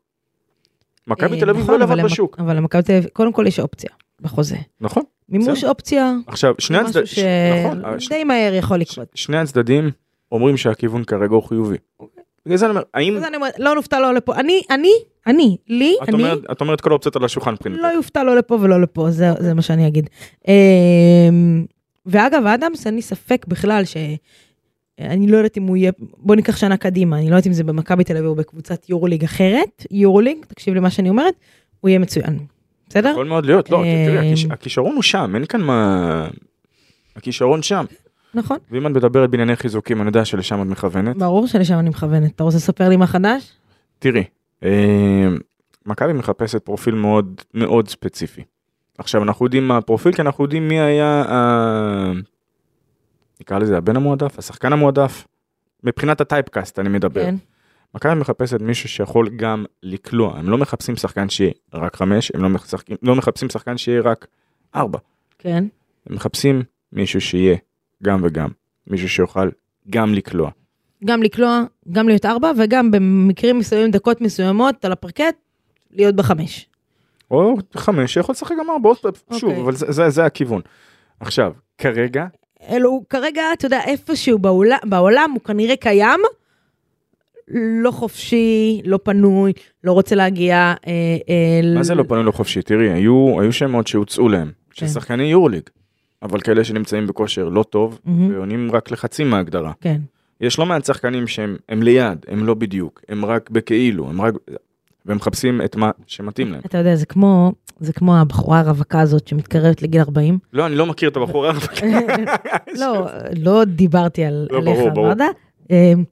[SPEAKER 3] מכבי
[SPEAKER 2] אה,
[SPEAKER 3] תל אביב
[SPEAKER 2] נכון,
[SPEAKER 3] לא
[SPEAKER 2] אבל
[SPEAKER 3] לבד
[SPEAKER 2] למ-
[SPEAKER 3] בשוק,
[SPEAKER 2] אבל למכבי תל אביב, קודם כל יש אופציה בחוזה.
[SPEAKER 3] נכון?
[SPEAKER 2] מימוש אופציה,
[SPEAKER 3] עכשיו, שני
[SPEAKER 2] זה משהו
[SPEAKER 3] הצדדים, נכון,
[SPEAKER 2] שדי מהר יכול לקרות.
[SPEAKER 3] שני הצדדים אומרים שהכיוון כרגע הוא חיובי.
[SPEAKER 2] אוקיי.
[SPEAKER 3] בגלל זה אני אומר, האם
[SPEAKER 2] אז אני אומרת, לא נופתע לא לפה. אני, אני, אני, לי,
[SPEAKER 3] כאילו- את
[SPEAKER 2] אני,
[SPEAKER 3] אומרת- את אומרת כל האופציות על השולחן מבחינתי.
[SPEAKER 2] לא יופתע לא לפה ולא לפה, זה זה מה שאני אגיד. אמ, ואגב, אדמס, אין לי ספק בכלל ש... אני לא יודעת אם הוא יהיה, בוא ניקח שנה קדימה, אני לא יודעת אם זה במכבי תל אביב או בקבוצת יורוליג אחרת, יורוליג, תקשיב למה שאני אומרת, הוא יהיה מצוין, בסדר?
[SPEAKER 3] יכול מאוד להיות, לא,
[SPEAKER 2] אה,
[SPEAKER 3] תראי, הכיש- הכישרון הוא שם, אין כאן מה... הכישרון שם.
[SPEAKER 2] נכון?
[SPEAKER 3] ואם את מדברת בענייני חיזוקים, אני יודע שלשם את מכוונת.
[SPEAKER 2] ברור שלשם אני מכוונת. אתה רוצה לספר לי מה חדש?
[SPEAKER 3] תראי, אה, מכבי מחפשת פרופיל מאוד מאוד ספציפי. עכשיו אנחנו יודעים מה הפרופיל כי אנחנו יודעים מי היה, ה- נקרא לזה הבן המועדף, השחקן המועדף, מבחינת הטייפקאסט אני מדבר.
[SPEAKER 2] כן.
[SPEAKER 3] מכבי מחפשת מישהו שיכול גם לקלוע, הם לא מחפשים שחקן שיהיה רק חמש, הם לא, משחקים, לא מחפשים שחקן שיהיה רק ארבע,
[SPEAKER 2] כן.
[SPEAKER 3] הם מחפשים מישהו שיהיה גם וגם, מישהו שיוכל גם לקלוע.
[SPEAKER 2] גם לקלוע, גם להיות ארבע, וגם במקרים מסוימים, דקות מסוימות, על הפרקט, להיות בחמש.
[SPEAKER 3] או חמש שיכול לשחק גם ארבע, עוד פעם, שוב,
[SPEAKER 2] אוקיי.
[SPEAKER 3] אבל זה, זה, זה הכיוון. עכשיו, כרגע,
[SPEAKER 2] אלו, כרגע, אתה יודע, איפשהו בעולם, בעולם הוא כנראה קיים, לא חופשי, לא פנוי, לא רוצה להגיע... אה, אה,
[SPEAKER 3] מה זה לא פנוי לחופשי? תראי, היו, היו שמות שהוצאו להם, של
[SPEAKER 2] כן.
[SPEAKER 3] שחקני יורליג, אבל כאלה שנמצאים בכושר לא טוב,
[SPEAKER 2] מהמם.
[SPEAKER 3] ועונים רק לחצי מההגדרה.
[SPEAKER 2] כן,
[SPEAKER 3] יש לא מעט שחקנים שהם הם ליד, הם לא בדיוק, הם רק בכאילו, הם רק... והם מחפשים את מה שמתאים להם.
[SPEAKER 2] אתה יודע, זה כמו, זה כמו הבחורה הרווקה הזאת שמתקרבת לגיל 40.
[SPEAKER 3] לא, אני לא מכיר את הבחורה.
[SPEAKER 2] לא, לא דיברתי על,
[SPEAKER 3] לא,
[SPEAKER 2] עליך,
[SPEAKER 3] ברור, ברור.
[SPEAKER 2] ברדה. אמ,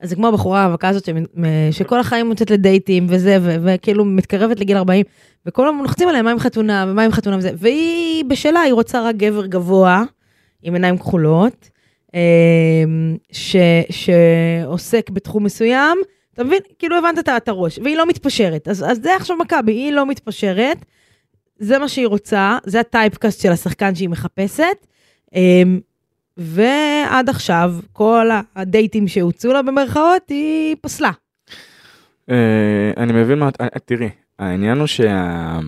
[SPEAKER 2] אז זה כמו הבחורה האבקה הזאת שמ- מ- שכל החיים מוצאת לדייטים וזה, ו- וכאילו מתקרבת לגיל 40, וכל הזמן לוחצים עליה, מה עם חתונה, ומה עם חתונה וזה, והיא בשלה, היא רוצה רק גבר גבוה, עם עיניים כחולות, אמ, ש- שעוסק בתחום מסוים, אתה מבין? כאילו הבנת את ה- את הראש, והיא לא מתפשרת. אז, אז זה עכשיו מכבי, היא לא מתפשרת, זה מה שהיא רוצה, זה הטייפקאסט של השחקן שהיא מחפשת. אמ, ועד עכשיו, כל הדייטים שהוצאו לה במרכאות, היא פסלה.
[SPEAKER 3] אה, אני מבין מה... את- אה, תראי, העניין הוא שה...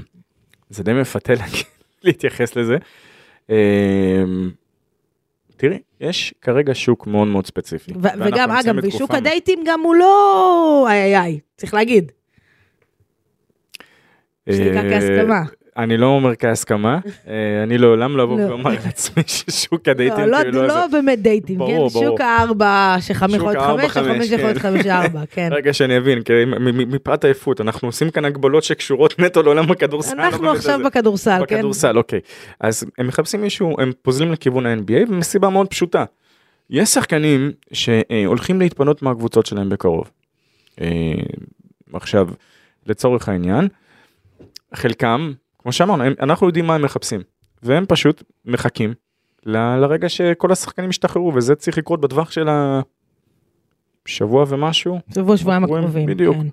[SPEAKER 3] זה די מפתה להגיד- להתייחס לזה. אה, תראי, יש כרגע שוק מאוד מאוד ספציפי.
[SPEAKER 2] ו-
[SPEAKER 3] ואנחנו
[SPEAKER 2] וגם,
[SPEAKER 3] נמצאים
[SPEAKER 2] אגב, בשוק
[SPEAKER 3] בתקופה-
[SPEAKER 2] הדייטים גם הוא לא... איי איי איי, צריך להגיד. שתיקה
[SPEAKER 3] אה,
[SPEAKER 2] כהסכמה.
[SPEAKER 3] אני לא אומר כהסכמה, אה, אני לעולם לא אבוא
[SPEAKER 2] לא.
[SPEAKER 3] ואומר לעצמי ששוק הדייטים
[SPEAKER 2] לא, לא-
[SPEAKER 3] כאילו
[SPEAKER 2] לא
[SPEAKER 3] זה.
[SPEAKER 2] באמת דייטים,
[SPEAKER 3] ברור,
[SPEAKER 2] כן?
[SPEAKER 3] ברור.
[SPEAKER 2] שוק הארבע שחמש
[SPEAKER 3] שוק
[SPEAKER 2] יכול להיות
[SPEAKER 3] הארבע,
[SPEAKER 2] חמש,
[SPEAKER 3] חמש,
[SPEAKER 2] שחמש יכול להיות
[SPEAKER 3] כן.
[SPEAKER 2] חמש ארבע, כן.
[SPEAKER 3] רגע שאני אבין, כי מ- מ- מפאת עייפות, אנחנו עושים כאן הגבלות שקשורות נטו לעולם הכדורסל. לא
[SPEAKER 2] אנחנו
[SPEAKER 3] באמת
[SPEAKER 2] עכשיו
[SPEAKER 3] הזה.
[SPEAKER 2] בכדורסל, כן?
[SPEAKER 3] בכדורסל, אוקיי. אז הם מחפשים מישהו, הם פוזלים לכיוון ה-NBA, ומסיבה מאוד פשוטה. יש שחקנים שהולכים להתפנות מהקבוצות שלהם בקרוב. אה, עכשיו, לצורך העניין, חלקם, כמו שאמרנו, הם- אנחנו יודעים מה הם מחפשים. והם פשוט מחכים ל- לרגע שכל השחקנים ישתחררו, וזה צריך לקרות בטווח של השבוע ומשהו.
[SPEAKER 2] שבוע, שבועיים
[SPEAKER 3] שבועיים,
[SPEAKER 2] הקרובים.
[SPEAKER 3] בדיוק.
[SPEAKER 2] כן.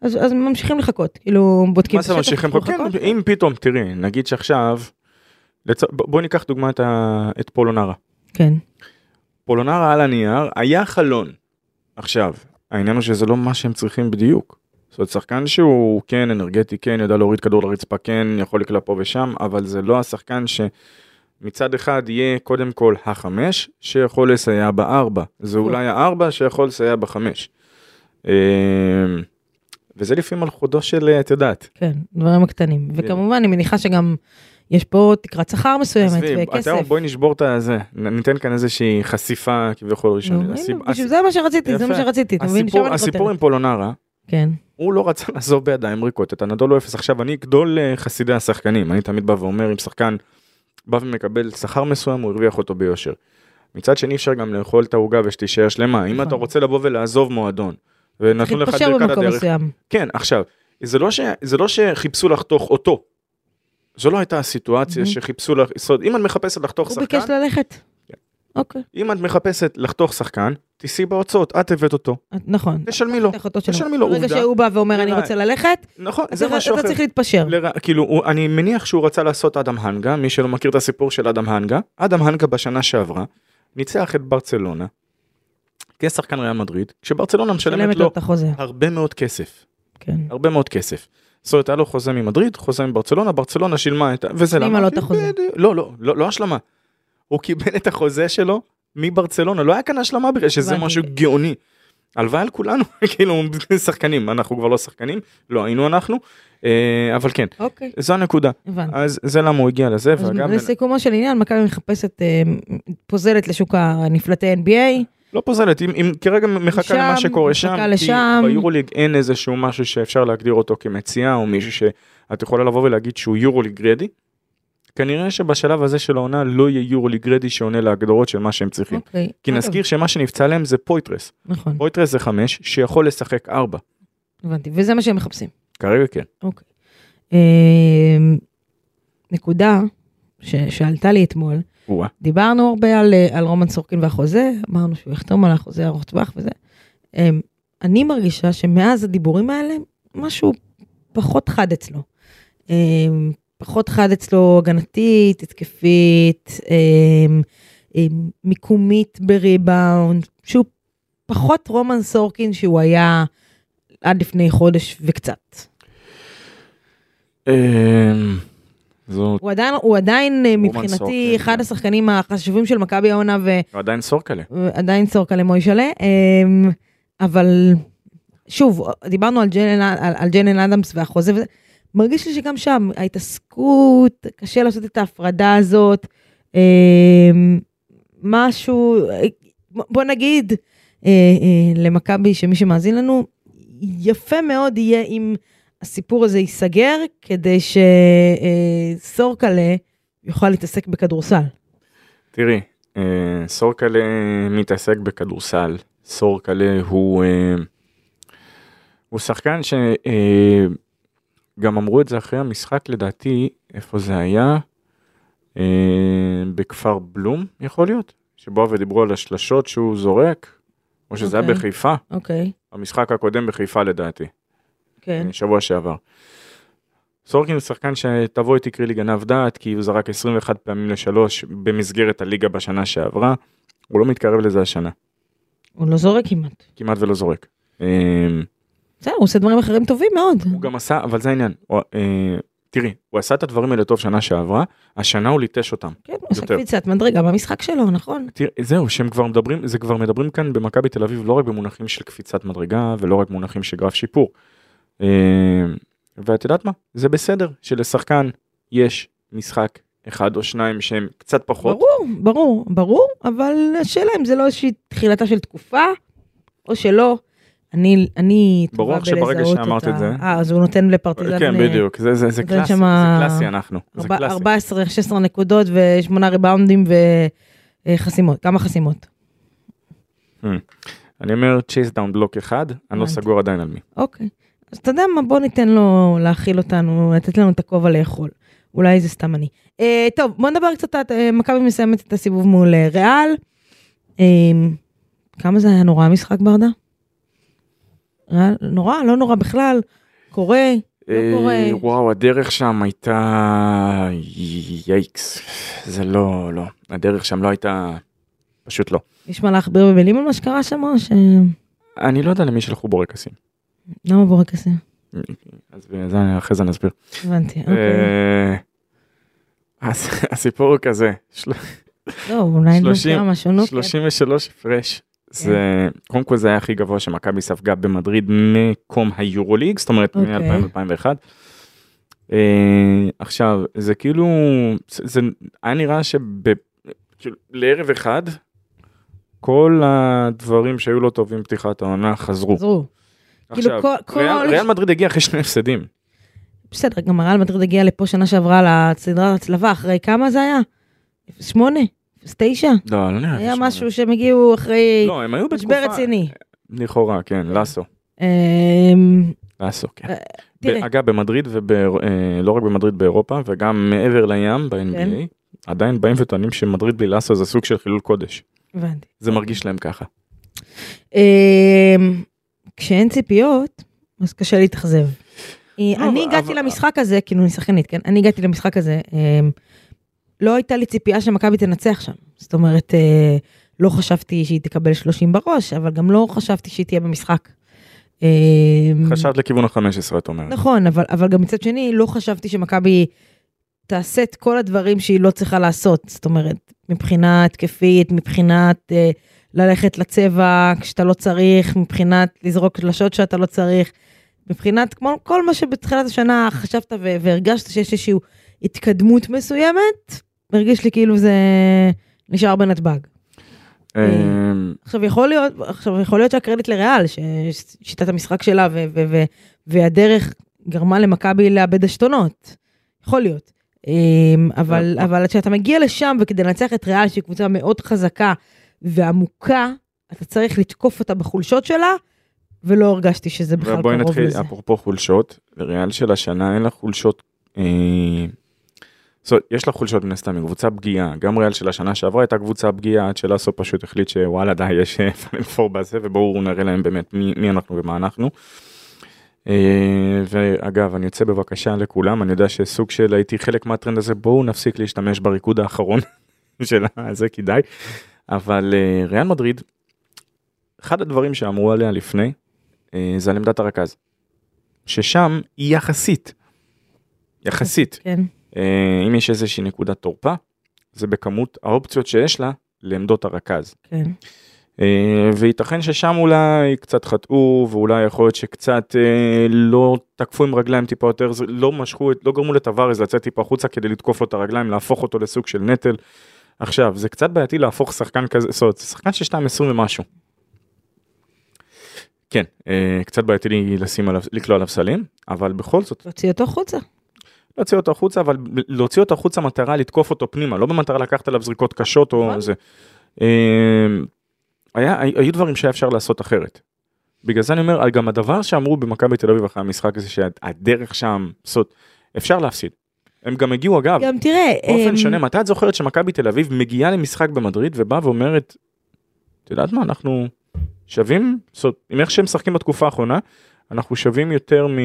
[SPEAKER 2] אז, אז ממשיכים לחכות, כאילו בודקים
[SPEAKER 3] מה זה ממשיכים? פה? כן, אם פתאום, תראי, נגיד שעכשיו, לצ... ב- בואי ניקח דוגמא את, ה... את פולונרה.
[SPEAKER 2] כן.
[SPEAKER 3] פולונרה על הנייר היה חלון. עכשיו, העניין הוא שזה לא מה שהם צריכים בדיוק. זאת אומרת, שחקן שהוא כן אנרגטי, כן יודע להוריד כדור לרצפה, כן יכול לקלע פה ושם, אבל זה לא השחקן שמצד אחד יהיה קודם כל החמש, שיכול לסייע בארבע. זה אולי הארבע שיכול לסייע בחמש. אה, וזה לפעמים על חודו של, אה, את יודעת,
[SPEAKER 2] כן, דברים הקטנים. וכמובן, אני מניחה שגם יש פה תקרת שכר מסוימת
[SPEAKER 3] עזבי, אתה
[SPEAKER 2] וכסף.
[SPEAKER 3] אומר, בואי נשבור את הזה, נ- ניתן כאן איזושהי חשיפה כביכול
[SPEAKER 2] נו,
[SPEAKER 3] ראשונית.
[SPEAKER 2] הנה,
[SPEAKER 3] הסיב-
[SPEAKER 2] בשביל זה מה שרציתי, זה מה
[SPEAKER 3] יפה.
[SPEAKER 2] שרציתי, אתה מבין?
[SPEAKER 3] הסיפור-
[SPEAKER 2] שם אני
[SPEAKER 3] הסיפור
[SPEAKER 2] חותמת.
[SPEAKER 3] עם פולונרה,
[SPEAKER 2] כן,
[SPEAKER 3] הוא לא רצה לעזוב בידיים ריקות את הנדולו אפס. עכשיו אני גדול אה, חסידי השחקנים, אני תמיד בא ואומר אם שחקן בא ומקבל שכר מסוים הוא הרוויח אותו ביושר. מצד שני אפשר גם לאכול את העוגה ושתישאר שלמה, אם
[SPEAKER 2] נכון.
[SPEAKER 3] אתה רוצה לבוא ולעזוב מועדון, ונתנו לך
[SPEAKER 2] להתפשר
[SPEAKER 3] דרך על
[SPEAKER 2] במקום
[SPEAKER 3] הדרך,
[SPEAKER 2] מסוים.
[SPEAKER 3] כן עכשיו, זה לא, ש... זה לא שחיפשו לחתוך אותו, זו לא הייתה הסיטואציה
[SPEAKER 2] מהמם.
[SPEAKER 3] שחיפשו, לח... זאת אומרת, אם את מחפשת לחתוך
[SPEAKER 2] הוא
[SPEAKER 3] שחקן, כן.
[SPEAKER 2] ביקש ללכת. אוקיי,
[SPEAKER 3] אם את מחפשת לחתוך שחקן, תיסעי בהוצאות, את הבאת אותו,
[SPEAKER 2] נכון.
[SPEAKER 3] תשלמי לו.
[SPEAKER 2] אחותו שלו.
[SPEAKER 3] תשלמי לו,
[SPEAKER 2] ברגע
[SPEAKER 3] עובדה.
[SPEAKER 2] שהוא בא ואומר אני
[SPEAKER 3] אולי.
[SPEAKER 2] רוצה ללכת,
[SPEAKER 3] נכון,
[SPEAKER 2] אז
[SPEAKER 3] זה
[SPEAKER 2] אתה
[SPEAKER 3] משהו
[SPEAKER 2] אתה
[SPEAKER 3] אחר.
[SPEAKER 2] צריך להתפשר.
[SPEAKER 3] לרע- כאילו, הוא- אני מניח שהוא רצה לעשות אדם הנגה, מי שלא מכיר את הסיפור של אדם הנגה, אדם הנגה בשנה שעברה, ניצח את ברצלונה, כשחקן ריאל מדריד, כשברצלונה משלמת
[SPEAKER 2] שלמת
[SPEAKER 3] לו
[SPEAKER 2] לו את החוזה.
[SPEAKER 3] הרבה מאוד כסף,
[SPEAKER 2] כן.
[SPEAKER 3] הרבה מאוד כסף. זאת אומרת, היה לו חוזה ממדריד, חוזה מברצלונה, ברצלונה שילמה את ה... וזה
[SPEAKER 2] השלימה
[SPEAKER 3] למה?
[SPEAKER 2] לו את
[SPEAKER 3] כי-
[SPEAKER 2] החוזה.
[SPEAKER 3] בדיוק, לא, לא, לא, לא השלמה. הוא קיבל את החוזה שלו מברצלונה, לא היה כאן השלמה בגלל שזה
[SPEAKER 2] הבנתי.
[SPEAKER 3] משהו גאוני. הלוואי על כולנו, כאילו, שחקנים, אנחנו כבר לא שחקנים, לא היינו אנחנו, אה, אבל כן,
[SPEAKER 2] אוקיי,
[SPEAKER 3] זו הנקודה.
[SPEAKER 2] הבנתי.
[SPEAKER 3] אז זה למה הוא הגיע לזה,
[SPEAKER 2] אז
[SPEAKER 3] ואגב,
[SPEAKER 2] לסיכומו של עניין, מכבי מחפשת, אה, פוזלת לשוק הנפלטי NBA,
[SPEAKER 3] לא פוזלת, אם, אם כרגע מחכה
[SPEAKER 2] לשם,
[SPEAKER 3] למה שקורה שם,
[SPEAKER 2] מחכה לשם.
[SPEAKER 3] כי ביורוליג אין איזשהו משהו שאפשר להגדיר אותו כמציאה, או מישהו שאת יכולה לבוא ולהגיד שהוא יורוליג רדי. כנראה שבשלב הזה של העונה לא יהיה יורוליג רדי שעונה להגדרות של מה שהם צריכים.
[SPEAKER 2] אוקיי.
[SPEAKER 3] כן. כי
[SPEAKER 2] אגב,
[SPEAKER 3] נזכיר שמה שנפצע להם זה פויטרס.
[SPEAKER 2] נכון,
[SPEAKER 3] פויטרס זה חמש, שיכול לשחק ארבע.
[SPEAKER 2] הבנתי, וזה מה שהם מחפשים.
[SPEAKER 3] כרגע כן.
[SPEAKER 2] אוקיי. אמ, נקודה ש- שעלתה לי אתמול,
[SPEAKER 3] וואה.
[SPEAKER 2] דיברנו הרבה על, אה, על רומן סורקין והחוזה, אמרנו שהוא יחתום על החוזה ארוך טווח וזה. אמ, אני מרגישה שמאז הדיבורים האלה, משהו פחות חד אצלו. אמ, פחות חד אצלו הגנתית, התקפית, אמ, אמ, מיקומית בריבאונד, שהוא פחות רומן סורקין שהוא היה עד לפני חודש וקצת.
[SPEAKER 3] אמ, זו
[SPEAKER 2] הוא עדיין, הוא עדיין אה, מבחינתי
[SPEAKER 3] סורקין,
[SPEAKER 2] אחד
[SPEAKER 3] כן.
[SPEAKER 2] השחקנים החשובים של מכבי העונה ו...
[SPEAKER 3] עדיין סורקלה.
[SPEAKER 2] עדיין סורקה למוישלה, אמ, אבל שוב, דיברנו על ג'נן, על, על ג'נן אדמס והחוזה, וזה, מרגיש לי שגם שם ההתעסקות, קשה לעשות את ההפרדה הזאת, אמ, משהו, אה, בוא נגיד אה, אה, למכבי, שמי שמאזין לנו, יפה מאוד יהיה אם הסיפור הזה ייסגר, כדי שסורקלה יוכל להתעסק בכדורסל.
[SPEAKER 3] תראי, אה, סורקלה מתעסק בכדורסל. סורקלה הוא אה, הוא שחקן ש... אה, גם אמרו את זה אחרי המשחק לדעתי, איפה זה היה? אה, בכפר בלום יכול להיות? שבאו ודיברו על השלשות שהוא זורק? או שזה היה
[SPEAKER 2] אוקיי.
[SPEAKER 3] בחיפה?
[SPEAKER 2] אוקיי,
[SPEAKER 3] המשחק הקודם בחיפה לדעתי.
[SPEAKER 2] כן.
[SPEAKER 3] שבוע שעבר. סורקין הוא שחקן שתבואי תקראי לי גנב דעת כי הוא זרק 21 פעמים לשלוש במסגרת הליגה בשנה שעברה. הוא לא מתקרב לזה השנה,
[SPEAKER 2] הוא לא זורק כמעט.
[SPEAKER 3] כמעט ולא זורק. אמ,
[SPEAKER 2] בסדר, הוא עושה דברים אחרים טובים מאוד.
[SPEAKER 3] הוא גם עשה, אבל זה העניין. הוא, אה, תראי, הוא עשה את הדברים האלה טוב שנה שעברה, השנה הוא ליטש אותם.
[SPEAKER 2] כן, הוא עושה
[SPEAKER 3] יותר.
[SPEAKER 2] קפיצת מדרגה במשחק שלו, נכון?
[SPEAKER 3] תראה, זהו, שהם כבר מדברים, זה כבר מדברים כאן במכבי תל אביב לא רק במונחים של קפיצת מדרגה ולא רק במונחים של גרף שיפור. אה, ואת יודעת מה? זה בסדר שלשחקן יש משחק אחד או שניים שהם קצת פחות.
[SPEAKER 2] ברור, ברור, ברור, אבל השאלה אם זה לא איזושהי תחילתה של תקופה, או שלא. אני, אני טובה
[SPEAKER 3] ברור
[SPEAKER 2] בלזהות
[SPEAKER 3] שברגע שאמרת את זה-
[SPEAKER 2] אה, אז הוא נותן לפרטיזן
[SPEAKER 3] כן,
[SPEAKER 2] אה,
[SPEAKER 3] בדיוק, זה- זה זה
[SPEAKER 2] נותן
[SPEAKER 3] קלאסי,
[SPEAKER 2] שמה-
[SPEAKER 3] זה קלאסי אנחנו, זה
[SPEAKER 2] ארבע-
[SPEAKER 3] קלאסי.
[SPEAKER 2] 14, 16 נקודות ושמונה ריבאונדים וחסימות, כמה חסימות.
[SPEAKER 3] אני אומר צ'ייס דאון בלוק אחד, אני לא
[SPEAKER 2] הבנתי.
[SPEAKER 3] סגור עדיין על מי.
[SPEAKER 2] אוקיי. אז אתה יודע מה, בוא ניתן לו להאכיל אותנו, לתת לנו את הכובע לאכול. אולי זה סתם אני. אה, טוב, בוא נדבר קצת, על- אה, מכבי מסיימת את הסיבוב מול אה, ריאל. אה, כמה זה היה נורא המשחק ברדה? ריאל, נורא, לא נורא בכלל, קורה. לא
[SPEAKER 3] אה,
[SPEAKER 2] קורה.
[SPEAKER 3] וואו, הדרך שם הייתה... ייקס. זה לא, לא. הדרך שם לא הייתה... פשוט לא.
[SPEAKER 2] יש מה להכביר במילים על מה שקרה שם, או ש...
[SPEAKER 3] אני לא יודע למי שלחו בורקסים.
[SPEAKER 2] למה בורקסים?
[SPEAKER 3] אז זה, אחרי זה נסביר.
[SPEAKER 2] הבנתי, אוקיי.
[SPEAKER 3] אה, אז הסיפור הוא כזה, של-
[SPEAKER 2] לא, אולי
[SPEAKER 3] שלושים-
[SPEAKER 2] נדבר על משהו, נו. כן.
[SPEAKER 3] 33 הפרש. זה קודם כל זה היה הכי גבוה שמכבי ספגה במדריד מקום היורוליג, זאת אומרת
[SPEAKER 2] אוקיי.
[SPEAKER 3] מ-2001. אה, עכשיו זה כאילו זה זה היה נראה שלערב אחד כל הדברים שהיו לא טובים פתיחת העונה חזרו.
[SPEAKER 2] כן, חזרו. כאילו,
[SPEAKER 3] עכשיו,
[SPEAKER 2] כל- כל-
[SPEAKER 3] ריאל- ריאל מדריד הגיע אחרי שני הפסדים.
[SPEAKER 2] בסדר, גם הריאל מדריד הגיעה לפה שנה שעברה לסדרת הצלבה, אחרי כמה זה היה? 08? 09?
[SPEAKER 3] לא, לא נראה. לי
[SPEAKER 2] היה
[SPEAKER 3] שם.
[SPEAKER 2] משהו שהם הגיעו אחרי
[SPEAKER 3] לא, הם היו
[SPEAKER 2] משבר
[SPEAKER 3] בתקופה.
[SPEAKER 2] רציני.
[SPEAKER 3] לכאורה, כן, לאסו.
[SPEAKER 2] אמ,
[SPEAKER 3] לאסו, כן.
[SPEAKER 2] תראה,
[SPEAKER 3] אגב, במדריד ולא רק במדריד באירופה, וגם מעבר לים ב-NBA, עדיין באים וטוענים שמדריד בלי לאסו זה סוג של חילול קודש.
[SPEAKER 2] הבנתי.
[SPEAKER 3] זה מרגיש להם ככה.
[SPEAKER 2] אמ, כשאין ציפיות, אז קשה להתאכזב. אה, אני
[SPEAKER 3] לא, אבל-
[SPEAKER 2] הגעתי
[SPEAKER 3] אבל-
[SPEAKER 2] למשחק הזה, כאילו אני שחקנית, כן? אני הגעתי למשחק הזה, אמ, לא הייתה לי ציפייה שמכבי תנצח שם. זאת אומרת, אה, לא חשבתי שהיא תקבל 30 בראש, אבל גם לא חשבתי שהיא תהיה במשחק. אמ,
[SPEAKER 3] חשבת לכיוון ה-15, את אומרת.
[SPEAKER 2] נכון, אבל, אבל גם מצד שני, לא חשבתי שמכבי תעשה את כל הדברים שהיא לא צריכה לעשות. זאת אומרת, מבחינה התקפית, מבחינת אה, ללכת לצבע כשאתה לא צריך, מבחינת לזרוק שלשות שאתה לא צריך, מבחינת כמו כל מה שבתחילת השנה חשבת ו- והרגשת שיש איזושהי התקדמות מסוימת, הרגיש לי כאילו זה נשאר בנתב"ג.
[SPEAKER 3] אמ,
[SPEAKER 2] עכשיו יכול להיות, עכשיו יכול להיות שהקרדיט לריאל, ששיטת המשחק שלה ו- ו- ו- והדרך גרמה למכבי לאבד עשתונות. יכול להיות. אמ, אבל,
[SPEAKER 3] אה,
[SPEAKER 2] אבל כשאתה מגיע לשם וכדי לנצח את ריאל, שהיא קבוצה מאוד חזקה ועמוקה, אתה צריך לתקוף אותה בחולשות שלה, ולא הרגשתי שזה בכלל
[SPEAKER 3] ובואי
[SPEAKER 2] קרוב
[SPEAKER 3] נתחיל,
[SPEAKER 2] לזה.
[SPEAKER 3] אפרופו חולשות, לריאל של השנה אין לה חולשות. אה, זאת אומרת, יש לה חולשות מן הסתם, היא קבוצה פגיעה, גם ריאל של השנה שעברה הייתה קבוצה פגיעה עד שלאסו פשוט החליט שוואלה די יש אה, מה לבחור בזה ובואו נראה להם באמת מי, מי אנחנו ומה אנחנו. אה, ואגב אני יוצא בבקשה לכולם אני יודע שסוג של הייתי חלק מהטרנד הזה בואו נפסיק להשתמש בריקוד האחרון של הזה כי די אבל אה, ריאל מדריד. אחד הדברים שאמרו עליה לפני אה, זה על עמדת הרכז. ששם היא יחסית, יחסית,
[SPEAKER 2] כן,
[SPEAKER 3] אה, אם יש איזושהי נקודת תורפה, זה בכמות האופציות שיש לה לעמדות הרכז.
[SPEAKER 2] כן.
[SPEAKER 3] אה, וייתכן ששם אולי קצת חטאו, ואולי יכול להיות שקצת אה, לא תקפו עם רגליים טיפה יותר, זה- לא משכו, את- לא גרמו לטווארז לצאת טיפה החוצה כדי לתקוף לו את הרגליים, להפוך אותו לסוג של נטל. עכשיו, זה קצת בעייתי להפוך שחקן כזה, זאת אומרת, זה שחקן של 2.20 ומשהו. כן, אה, קצת בעייתי לי לשים עליו, לקלוע עליו סלים, אבל בכל זאת,
[SPEAKER 2] להוציא אותו חוצה.
[SPEAKER 3] להוציא אותו החוצה, אבל ב- להוציא אותו החוצה מטרה לתקוף אותו פנימה, לא במטרה לקחת עליו זריקות קשות
[SPEAKER 2] נכון.
[SPEAKER 3] או זה. אמ, היה, הי- היו דברים שהיה אפשר לעשות אחרת. בגלל זה אני אומר, גם הדבר שאמרו במכבי תל אביב אחרי המשחק הזה, שהדרך שם, זאת, אפשר להפסיד. הם גם הגיעו אגב,
[SPEAKER 2] גם תראה, אמ,
[SPEAKER 3] באופן שונה, מתי את זוכרת שמכבי תל אביב מגיעה למשחק במדריד ובאה ואומרת, את יודעת מה, אנחנו שווים, זאת, עם איך שהם משחקים בתקופה האחרונה, אנחנו שווים יותר מ...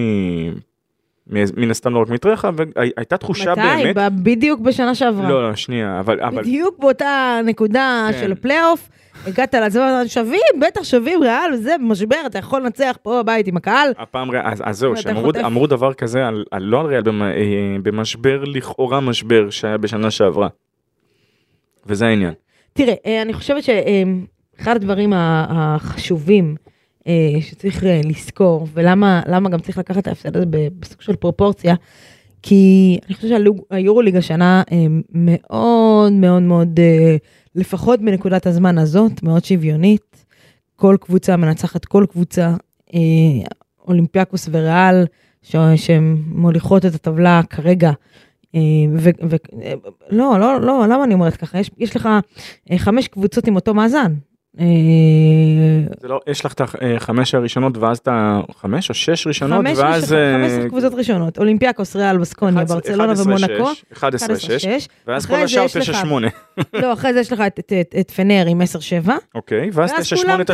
[SPEAKER 3] מ- מן הסתם לא רק מטרחה, והייתה תחושה
[SPEAKER 2] מתי?
[SPEAKER 3] באמת...
[SPEAKER 2] ב- בדיוק בשנה שעברה.
[SPEAKER 3] לא, לא, שנייה, אבל... אבל
[SPEAKER 2] בדיוק באותה נקודה
[SPEAKER 3] כן.
[SPEAKER 2] של הפלייאוף, הגעת לצבא, שווים, בטח שווים, ריאל, וזה משבר, אתה יכול לנצח פה בבית עם הקהל.
[SPEAKER 3] הפעם, ר- אז, אז זהו,
[SPEAKER 2] אתה
[SPEAKER 3] שאמרו
[SPEAKER 2] חוטף.
[SPEAKER 3] אמרו דבר כזה, על, על, לא על ריאל, במ- אה, במשבר, לכאורה משבר שהיה בשנה שעברה. וזה העניין.
[SPEAKER 2] תראה, אה, אני חושבת שאחד הדברים ה- החשובים אה, שצריך אה, לזכור, ולמה למה גם צריך לקחת את ההפסד הזה ב- בסוג של פרופורציה, כי אני חושבת שהיורוליג השנה אה, מאוד מאוד מאוד, אה, לפחות בנקודת הזמן הזאת, מאוד שוויונית. כל קבוצה מנצחת כל קבוצה, אה, אולימפיאקוס וריאל, ש- שהן מוליכות את הטבלה כרגע. אה, ו, ו, אה, לא, לא, לא, למה אני אומרת ככה? יש, יש לך אה, חמש קבוצות עם אותו מאזן. אה,
[SPEAKER 3] זה לא, יש לך את החמש הראשונות ואז את החמש או שש ראשונות
[SPEAKER 2] חמש
[SPEAKER 3] ואז... אה,
[SPEAKER 2] ראשונות, 15 קבוצות ראשונות, אולימפיאקוס, ריאל, בסקוניה, ברצלונה ומונקו.
[SPEAKER 3] 11-6,
[SPEAKER 2] 11-6.
[SPEAKER 3] ואז כל
[SPEAKER 2] אחרי זה
[SPEAKER 3] השאר
[SPEAKER 2] יש לך-
[SPEAKER 3] 9-8.
[SPEAKER 2] לא, אחרי זה יש לך את- את- את- את פנר עם 10-7.
[SPEAKER 3] אוקיי, ואז
[SPEAKER 2] ואז
[SPEAKER 3] 9-8,
[SPEAKER 2] כולם
[SPEAKER 3] 9-8,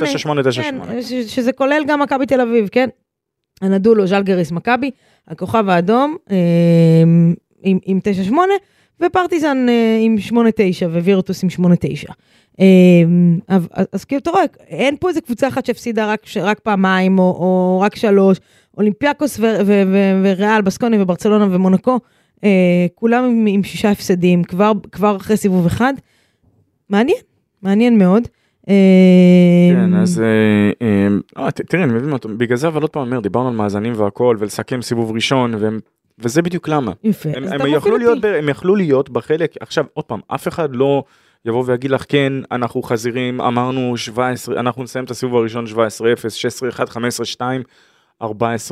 [SPEAKER 3] 9-8, 9-8.
[SPEAKER 2] כן, ש- שזה כולל גם מכבי תל אביב, כן? הנדולו, ז'לגריס, מכבי, הכוכב האדום אה, עם עם 9-8, ופרטיזן אה, עם 8-9 ווירטוס עם 8-9. אה, אז- אז כאילו, אתה רואה, אין פה איזה קבוצה אחת שהפסידה רק ש- רק פעמיים או- או רק שלוש. אולימפיאקוס ו- ו- ו- וריאל, בסקוני וברצלונה ומונקו, אה, כולם עם, עם שישה הפסדים כבר, כבר אחרי סיבוב אחד. מעניין, מעניין מאוד. אה,
[SPEAKER 3] כן, אז אה, אה, לא, ת- תראי, אני מבין אותו, בגלל זה אבל עוד פעם אומר, דיברנו על מאזנים והכל, ולסכם סיבוב ראשון, והם- וזה בדיוק למה.
[SPEAKER 2] יפה,
[SPEAKER 3] הם,
[SPEAKER 2] כן, אז
[SPEAKER 3] הם,
[SPEAKER 2] אתה מוביל
[SPEAKER 3] יכלו
[SPEAKER 2] אותי.
[SPEAKER 3] להיות, ב- הם יכלו להיות בחלק, עכשיו עוד פעם, אף אחד לא יבוא ויגיד לך כן, אנחנו חזירים, אמרנו 17, אנחנו נסיים את הסיבוב הראשון 17-0, 16-1, 15-2, 14-3,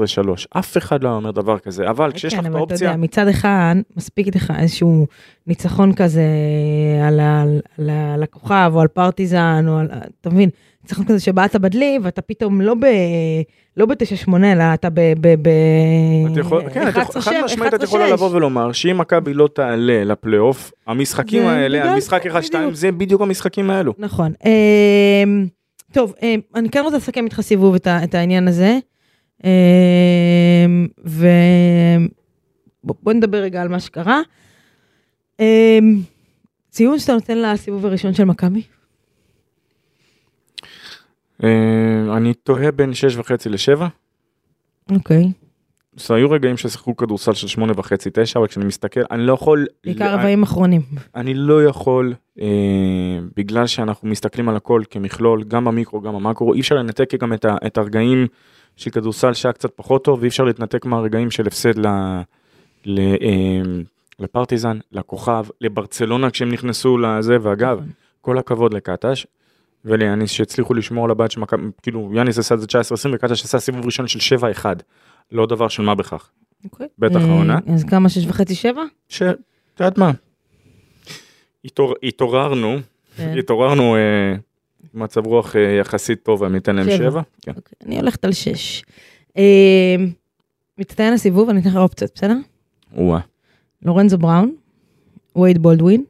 [SPEAKER 3] אף אחד לא היה אומר דבר כזה, אבל כשיש
[SPEAKER 2] כן,
[SPEAKER 3] לך את
[SPEAKER 2] אבל אתה
[SPEAKER 3] האופציה,
[SPEAKER 2] יודע, מצד אחד, מספיק לך איזשהו ניצחון כזה על, ה- על, על, ה- על הכוכב או על פרטיזן, או על, אתה מבין, ניצחון כזה שבעט בדלי ואתה פתאום לא ב... לא ב-9-8, אלא אתה ב... ב... ב...
[SPEAKER 3] את
[SPEAKER 2] אה,
[SPEAKER 3] יכול- כן, את
[SPEAKER 2] 11-7,
[SPEAKER 3] יכול- חד משמעית את יכולה
[SPEAKER 2] 11-6.
[SPEAKER 3] לבוא ולומר שאם מכבי לא תעלה לפלייאוף, המשחקים
[SPEAKER 2] זה
[SPEAKER 3] האלה,
[SPEAKER 2] בגלל-
[SPEAKER 3] המשחק 1-2
[SPEAKER 2] בדיוק.
[SPEAKER 3] זה בדיוק המשחקים האלו.
[SPEAKER 2] נכון. אמ, טוב, אמ, אני כן רוצה לסכם איתך סיבוב את ה- את העניין הזה. אמ, ו... בוא בוא נדבר רגע על מה שקרה. אמ, ציון שאתה נותן לסיבוב הראשון של מכבי?
[SPEAKER 3] אה, אני תוהה בין 6.5 ל-7.
[SPEAKER 2] אוקיי.
[SPEAKER 3] אז היו רגעים ששיחקו כדורסל של שמונה וחצי, תשע, אבל כשאני מסתכל, אני לא יכול,
[SPEAKER 2] בעיקר
[SPEAKER 3] אני-
[SPEAKER 2] רבעים אחרונים.
[SPEAKER 3] אני לא יכול, אה, בגלל שאנחנו מסתכלים על הכל כמכלול, גם במיקרו, גם במקרו, אי אפשר לנתק גם את, ה, את הרגעים של כדורסל שהיה קצת פחות טוב, ואי אפשר להתנתק מהרגעים של הפסד ל, ל, אה, לפרטיזן, לכוכב, לברצלונה כשהם נכנסו לזה, ואגב, כל הכבוד לקטש. וליאניס שהצליחו לשמור על הבית שמכבי, כאילו יאניס עשה את זה 19-20 וקטש עשה סיבוב ראשון של 7-1, לא דבר של מה בכך.
[SPEAKER 2] אוקיי.
[SPEAKER 3] בטח
[SPEAKER 2] אה,
[SPEAKER 3] העונה.
[SPEAKER 2] אז כמה? שש וחצי, שבע?
[SPEAKER 3] ש... את יודעת מה? התעור... התעוררנו,
[SPEAKER 2] כן.
[SPEAKER 3] התעוררנו אה, מצב רוח אה, יחסית טוב, אני אתן להם
[SPEAKER 2] שבע.
[SPEAKER 3] שבע. כן.
[SPEAKER 2] אוקיי, אני הולכת על שש. אמ, מצטיין הסיבוב, אני אתן לך אופציות, בסדר?
[SPEAKER 3] וואה.
[SPEAKER 2] לורנזו בראון, וייד בולדווין,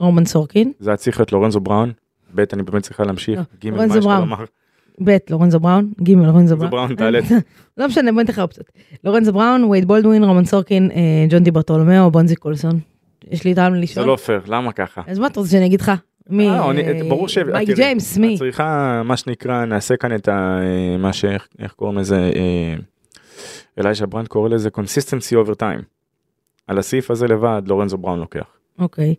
[SPEAKER 2] רומן סורקין,
[SPEAKER 3] זה היה צריך להיות לורנזו בראון. ב' אני באמת צריכה להמשיך.
[SPEAKER 2] לא,
[SPEAKER 3] ג' מה
[SPEAKER 2] לורנזו
[SPEAKER 3] יש לך
[SPEAKER 2] בראון.
[SPEAKER 3] לומר?
[SPEAKER 2] ב' לורנזו בראון, ג' לורנזו
[SPEAKER 3] לורנזו
[SPEAKER 2] בראון.
[SPEAKER 3] בראון תעלה.
[SPEAKER 2] לא משנה, בוא ניתן לך אופציות. לורנזו בראון, וייד בולדווין, רומן סורקין, אה, ג'ון די ברטולומיאו, בונזי קולסון. יש לי טעם
[SPEAKER 3] זה
[SPEAKER 2] לשאול?
[SPEAKER 3] לא פייר, למה ככה?
[SPEAKER 2] אז מה אתה רוצה שאני אגיד לך? מי?
[SPEAKER 3] אה, אני-
[SPEAKER 2] אה,
[SPEAKER 3] ברור ש...
[SPEAKER 2] מייק
[SPEAKER 3] תראי,
[SPEAKER 2] ג'יימס, מי?
[SPEAKER 3] את צריכה, מה שנקרא, נעשה כאן את ה... אה, מה ש... איך- איך קוראים לזה? אה, אליישה ברנד קורא לזה consistency over time. על הסעיף הזה לבד לורנזו בראון לוקח.
[SPEAKER 2] אוקיי.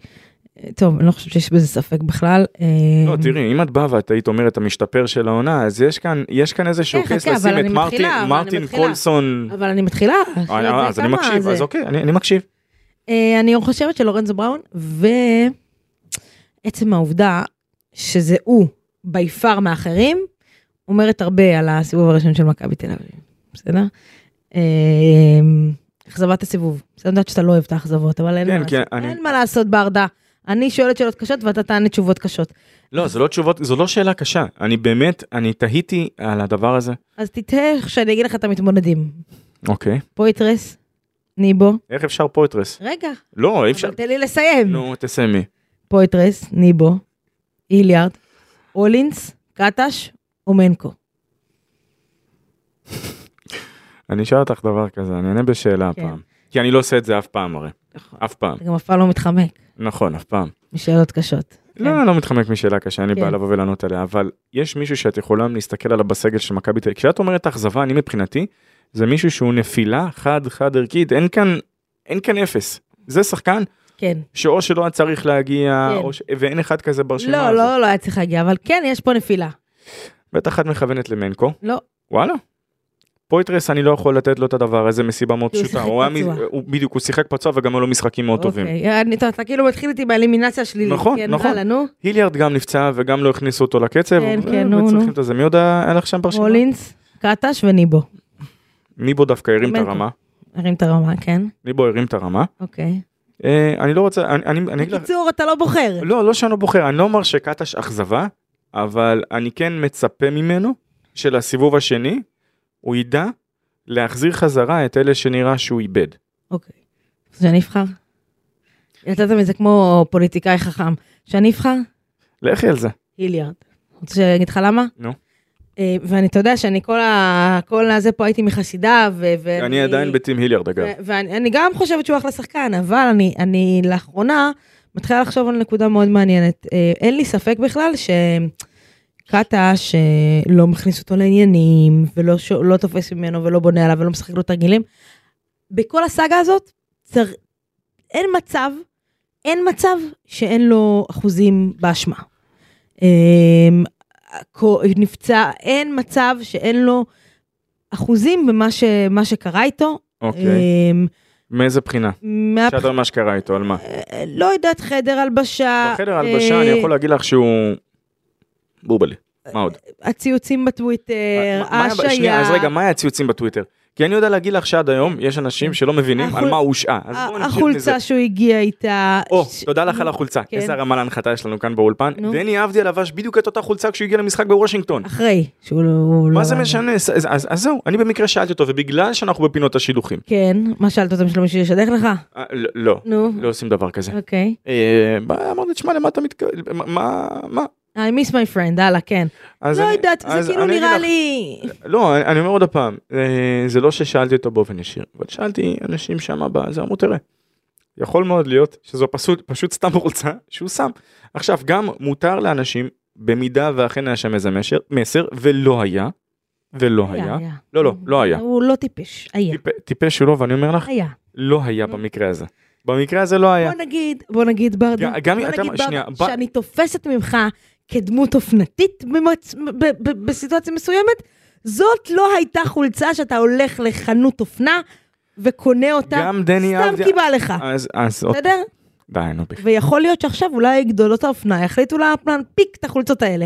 [SPEAKER 2] אה, טוב, אני לא חושבת שיש בזה ספק בכלל. אה,
[SPEAKER 3] לא, תראי, אם את באה ואת היית אומרת המשתפר של העונה, אז יש כאן, יש כאן איזשהו
[SPEAKER 2] כן,
[SPEAKER 3] קייס
[SPEAKER 2] חכה, אבל
[SPEAKER 3] לשים את
[SPEAKER 2] אני
[SPEAKER 3] מרטין,
[SPEAKER 2] מתחילה, אבל אני
[SPEAKER 3] מרטין
[SPEAKER 2] מתחילה.
[SPEAKER 3] קולסון.
[SPEAKER 2] אבל אני מתחילה.
[SPEAKER 3] אה,
[SPEAKER 2] שאלה זה
[SPEAKER 3] אז אני
[SPEAKER 2] כמה
[SPEAKER 3] מקשיב,
[SPEAKER 2] זה.
[SPEAKER 3] אז אוקיי, אני אני מקשיב.
[SPEAKER 2] אה, אני חושבת שלורנזו בראון, ועצם העובדה שזה הוא בי פאר מאחרים, אומרת הרבה על הסיבוב הראשון של מכבי תל אביב, בסדר? אה, אכזבת הסיבוב, אני יודעת שאתה לא אוהב את האכזבות, אבל אין,
[SPEAKER 3] כן,
[SPEAKER 2] מה,
[SPEAKER 3] כי
[SPEAKER 2] לעשות.
[SPEAKER 3] אני-
[SPEAKER 2] אין מה לעשות ברדה. אני שואלת שאלות קשות ואתה תענה תשובות קשות.
[SPEAKER 3] לא, זו לא תשובות, זו לא שאלה קשה. אני באמת, אני תהיתי על הדבר הזה.
[SPEAKER 2] אז תתהה כשאני אגיד לך את המתמודדים.
[SPEAKER 3] אוקיי.
[SPEAKER 2] פויטרס, ניבו,
[SPEAKER 3] איך אפשר פויטרס?
[SPEAKER 2] רגע,
[SPEAKER 3] לא, אי אפשר. לא,
[SPEAKER 2] אבל תן לי לסיים.
[SPEAKER 3] נו, תסיימי.
[SPEAKER 2] פויטרס, ניבו, איליארד, אולינס, קטש ומנקו.
[SPEAKER 3] אני אשאל אותך דבר כזה, אני אענה בשאלה
[SPEAKER 2] כן.
[SPEAKER 3] הפעם. כי אני לא עושה את זה אף פעם הרי.
[SPEAKER 2] נכון.
[SPEAKER 3] אף פעם.
[SPEAKER 2] אתה גם אף פעם לא מתחמק
[SPEAKER 3] נכון, אף פעם.
[SPEAKER 2] משאלות קשות.
[SPEAKER 3] לא, אני לא מתחמק משאלה קשה, אין לי
[SPEAKER 2] כן.
[SPEAKER 3] בעיה לבוא ולענות עליה, אבל יש מישהו שאת יכולה להסתכל עליו בסגל של מכבי תל אביב. כשאת אומרת אכזבה, אני מבחינתי, זה מישהו שהוא נפילה חד-חד ערכית, אין כאן, אין כאן אפס. זה שחקן
[SPEAKER 2] כן.
[SPEAKER 3] שאו שלא היה צריך להגיע,
[SPEAKER 2] כן.
[SPEAKER 3] או ש... ואין אחד כזה ברשימה
[SPEAKER 2] לא,
[SPEAKER 3] הזאת.
[SPEAKER 2] לא, לא היה צריך להגיע, אבל כן, יש פה נפילה.
[SPEAKER 3] בטח את מכוונת למנקו,
[SPEAKER 2] לא,
[SPEAKER 3] וואלה. פויטרס אני לא יכול לתת לו את הדבר הזה מסיבה מאוד
[SPEAKER 2] כי הוא
[SPEAKER 3] פשוטה,
[SPEAKER 2] שיחק
[SPEAKER 3] היה
[SPEAKER 2] פצוע.
[SPEAKER 3] מ- הוא בדיוק, הוא שיחק פצוע וגם היו לו משחקים מאוד טובים.
[SPEAKER 2] אוקיי. אני- אתה אתה כאילו מתחיל איתי באלימינציה השלילית.
[SPEAKER 3] נכון,
[SPEAKER 2] כן,
[SPEAKER 3] נכון.
[SPEAKER 2] הלאה, נו.
[SPEAKER 3] היליארד גם נפצע וגם לא הכניסו אותו לקצב,
[SPEAKER 2] כן,
[SPEAKER 3] ו-
[SPEAKER 2] כן, נו,
[SPEAKER 3] וצריכים
[SPEAKER 2] נו.
[SPEAKER 3] את זה. מי עוד היה לך שם ברשימה?
[SPEAKER 2] אולינס, קטש וניבו.
[SPEAKER 3] ניבו דווקא הרים את
[SPEAKER 2] מנקו.
[SPEAKER 3] הרמה.
[SPEAKER 2] הרים את הרמה, כן?
[SPEAKER 3] ניבו הרים את הרמה.
[SPEAKER 2] אוקיי.
[SPEAKER 3] אה, אני לא רוצה, אני- אני אני אגיד לך,
[SPEAKER 2] בקיצור, אתה לא בוחר.
[SPEAKER 3] לא, לא שאני לא בוחר, אני לא אומר שקטש אכזבה, אבל אני כן מצפה ממנו שלסיבוב השני הוא ידע להחזיר חזרה את אלה שנראה שהוא איבד.
[SPEAKER 2] אוקיי. אז שאני אבחר? נתת מזה כמו פוליטיקאי חכם. שאני אבחר?
[SPEAKER 3] לכי על זה.
[SPEAKER 2] היליארד. רוצה שאני אגיד לך למה?
[SPEAKER 3] נו.
[SPEAKER 2] אה, ואני, אתה יודע שאני כל ה... כל הזה פה הייתי מחסידיו, ו... ואני-
[SPEAKER 3] אני עדיין בטים היליארד אגב.
[SPEAKER 2] ו- ואני אני גם חושבת שהוא אחלה שחקן, אבל אני, אני לאחרונה מתחילה לחשוב על נקודה מאוד מעניינת. אה, אין לי ספק בכלל שקאטה, שלא מכניס אותו לעניינים, ולא ש... לא תופס ממנו, ולא בונה עליו, ולא משחק לו תרגילים, בכל הסאגה הזאת, צר... אין מצב, אין מצב שאין לו אחוזים באשמה. אה, הכו- נפצע, אין מצב שאין לו אחוזים במה ש... מה שקרה איתו.
[SPEAKER 3] אוקיי.
[SPEAKER 2] אמ,
[SPEAKER 3] מאיזה בחינה?
[SPEAKER 2] מה...
[SPEAKER 3] שאתה יודע מה שקרה איתו, על מה?
[SPEAKER 2] אה, לא יודעת, חדר הלבשה.
[SPEAKER 3] בחדר הלבשה
[SPEAKER 2] אה,
[SPEAKER 3] אני יכול להגיד לך שהוא... בובלי. מה עוד?
[SPEAKER 2] הציוצים בטוויטר,
[SPEAKER 3] מה- מה היה ב-
[SPEAKER 2] השעיה.
[SPEAKER 3] שנייה, אז רגע, מה היה הציוצים בטוויטר? כי אני יודע להגיד לך שעד היום יש אנשים שלא מבינים
[SPEAKER 2] אה, החול-
[SPEAKER 3] על מה הוא הושעה. אז בואו
[SPEAKER 2] ה-
[SPEAKER 3] נתחיל מזה.
[SPEAKER 2] החולצה שהוא הגיע איתה.
[SPEAKER 3] או,
[SPEAKER 2] ש-
[SPEAKER 3] תודה לך על החולצה.
[SPEAKER 2] כן.
[SPEAKER 3] איזה הרמה להנחתה יש לנו כאן באולפן.
[SPEAKER 2] נו.
[SPEAKER 3] דני אבדיה לבש בדיוק את אותה חולצה כשהוא הגיע למשחק בוושינגטון.
[SPEAKER 2] אחרי, שהוא לא... הוא
[SPEAKER 3] מה
[SPEAKER 2] לא-
[SPEAKER 3] זה משנה? אז- אז אז זהו, אני במקרה שאלתי אותו, ובגלל שאנחנו בפינות השידוכים.
[SPEAKER 2] כן, מה שאלת אותם שלא מישהו ישדך לך?
[SPEAKER 3] אה, לא, לא,
[SPEAKER 2] נו,
[SPEAKER 3] לא עושים דבר כזה.
[SPEAKER 2] אוקיי.
[SPEAKER 3] אה, בא, אמרתי, תשמע, למה אתה מתכוון? מה- מה? מה?
[SPEAKER 2] I miss my friend, הלאה, כן.
[SPEAKER 3] אז
[SPEAKER 2] לא
[SPEAKER 3] אני-
[SPEAKER 2] יודעת,
[SPEAKER 3] אז
[SPEAKER 2] זה כאילו
[SPEAKER 3] אני אגיד
[SPEAKER 2] נראה
[SPEAKER 3] לך-
[SPEAKER 2] לי...
[SPEAKER 3] לא, אני- אני אומר עוד פעם, אה, זה לא ששאלתי אותו באופן ישיר, אבל שאלתי אנשים שם בזה, אמרו, תראה, יכול מאוד להיות שזו פשוט, פשוט סתם חולצה שהוא שם. עכשיו, גם מותר לאנשים, במידה ואכן היה שם איזה משר, מסר, ולא היה, ולא היה, לא, לא, לא היה.
[SPEAKER 2] הוא לא טיפש, היה.
[SPEAKER 3] טיפ- טיפש הוא לא, ואני אומר לך,
[SPEAKER 2] היה.
[SPEAKER 3] לא היה במקרה הזה. במקרה הזה לא היה.
[SPEAKER 2] בוא נגיד, בוא נגיד ברדה,
[SPEAKER 3] גם- גם אם
[SPEAKER 2] בוא
[SPEAKER 3] אתה-
[SPEAKER 2] נגיד ברדה,
[SPEAKER 3] שנייה, ב-
[SPEAKER 2] שאני תופסת ממך כדמות אופנתית במצ... ב- ב- בסיטואציה מסוימת, זאת לא הייתה חולצה שאתה הולך לחנות אופנה וקונה אותה,
[SPEAKER 3] גם דני
[SPEAKER 2] סתם
[SPEAKER 3] אבדיה- אה,
[SPEAKER 2] כי בא לך,
[SPEAKER 3] אז, אז, עוד-
[SPEAKER 2] בסדר?
[SPEAKER 3] די, נו, בכלל.
[SPEAKER 2] ויכול להיות שעכשיו אולי גדולות האופנה יחליטו לה- להנפיק את החולצות האלה.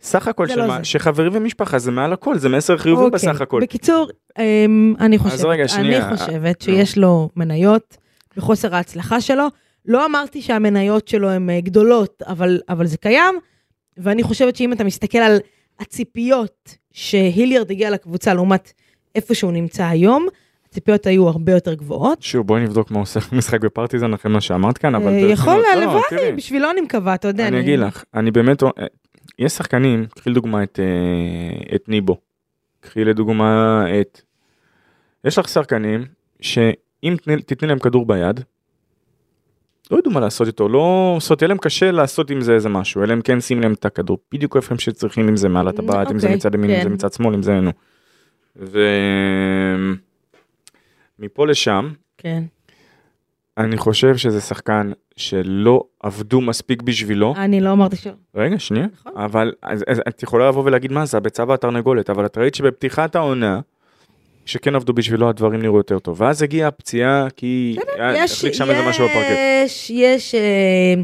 [SPEAKER 3] סך הכל
[SPEAKER 2] זה
[SPEAKER 3] של
[SPEAKER 2] לא
[SPEAKER 3] מה?
[SPEAKER 2] זה.
[SPEAKER 3] שחברים ומשפחה זה מעל הכל, זה מסר חיובי
[SPEAKER 2] אוקיי.
[SPEAKER 3] בסך הכל.
[SPEAKER 2] בקיצור, אמ, אני חושבת,
[SPEAKER 3] רגע, שנייה,
[SPEAKER 2] אני חושבת
[SPEAKER 3] נו.
[SPEAKER 2] שיש לו מניות בחוסר ההצלחה שלו. לא אמרתי שהמניות שלו הן אה, גדולות, אבל, אבל זה קיים, ואני חושבת שאם אתה מסתכל על הציפיות שהיליארד הגיע לקבוצה לעומת איפה שהוא נמצא היום, הציפיות היו הרבה יותר גבוהות.
[SPEAKER 3] שוב, בואי נבדוק מה עושה משחק בפרטיזן אחרי מה שאמרת כאן, אבל...
[SPEAKER 2] אה,
[SPEAKER 3] ברצינות,
[SPEAKER 2] יכול,
[SPEAKER 3] לא,
[SPEAKER 2] הלוואי,
[SPEAKER 3] תראי,
[SPEAKER 2] בשבילו אני מקווה, אתה יודע.
[SPEAKER 3] אני אגיד לך, אני באמת... אה, יש שחקנים, קחי לדוגמה את אה, את ניבו. קחי לדוגמה את... יש לך שחקנים שאם תתני- תתני להם כדור ביד, לא ידעו מה לעשות איתו, לא... זאת אומרת, יהיה להם קשה לעשות עם זה איזה משהו, אלא אם כן שים להם את הכדור, בדיוק איפה הם שצריכים, אם זה מעל הטבעת, אם זה
[SPEAKER 2] אוקיי,
[SPEAKER 3] מצד ימין, אם זה
[SPEAKER 2] כן.
[SPEAKER 3] מצד שמאל, אם זה... נו. ומפה לשם,
[SPEAKER 2] כן,
[SPEAKER 3] אני חושב שזה שחקן שלא עבדו מספיק בשבילו.
[SPEAKER 2] אני לא אמרתי ש...
[SPEAKER 3] רגע, שנייה.
[SPEAKER 2] נכון.
[SPEAKER 3] אבל אז, אז, את יכולה לבוא ולהגיד מה זה הביצה והתרנגולת, אבל את ראית שבפתיחת העונה, שכן עבדו בשבילו הדברים נראו יותר טוב. ואז הגיעה הפציעה כי... היה-
[SPEAKER 2] יש,
[SPEAKER 3] החליק אה, שם איזה משהו בפרקט.
[SPEAKER 2] יש, יש אה,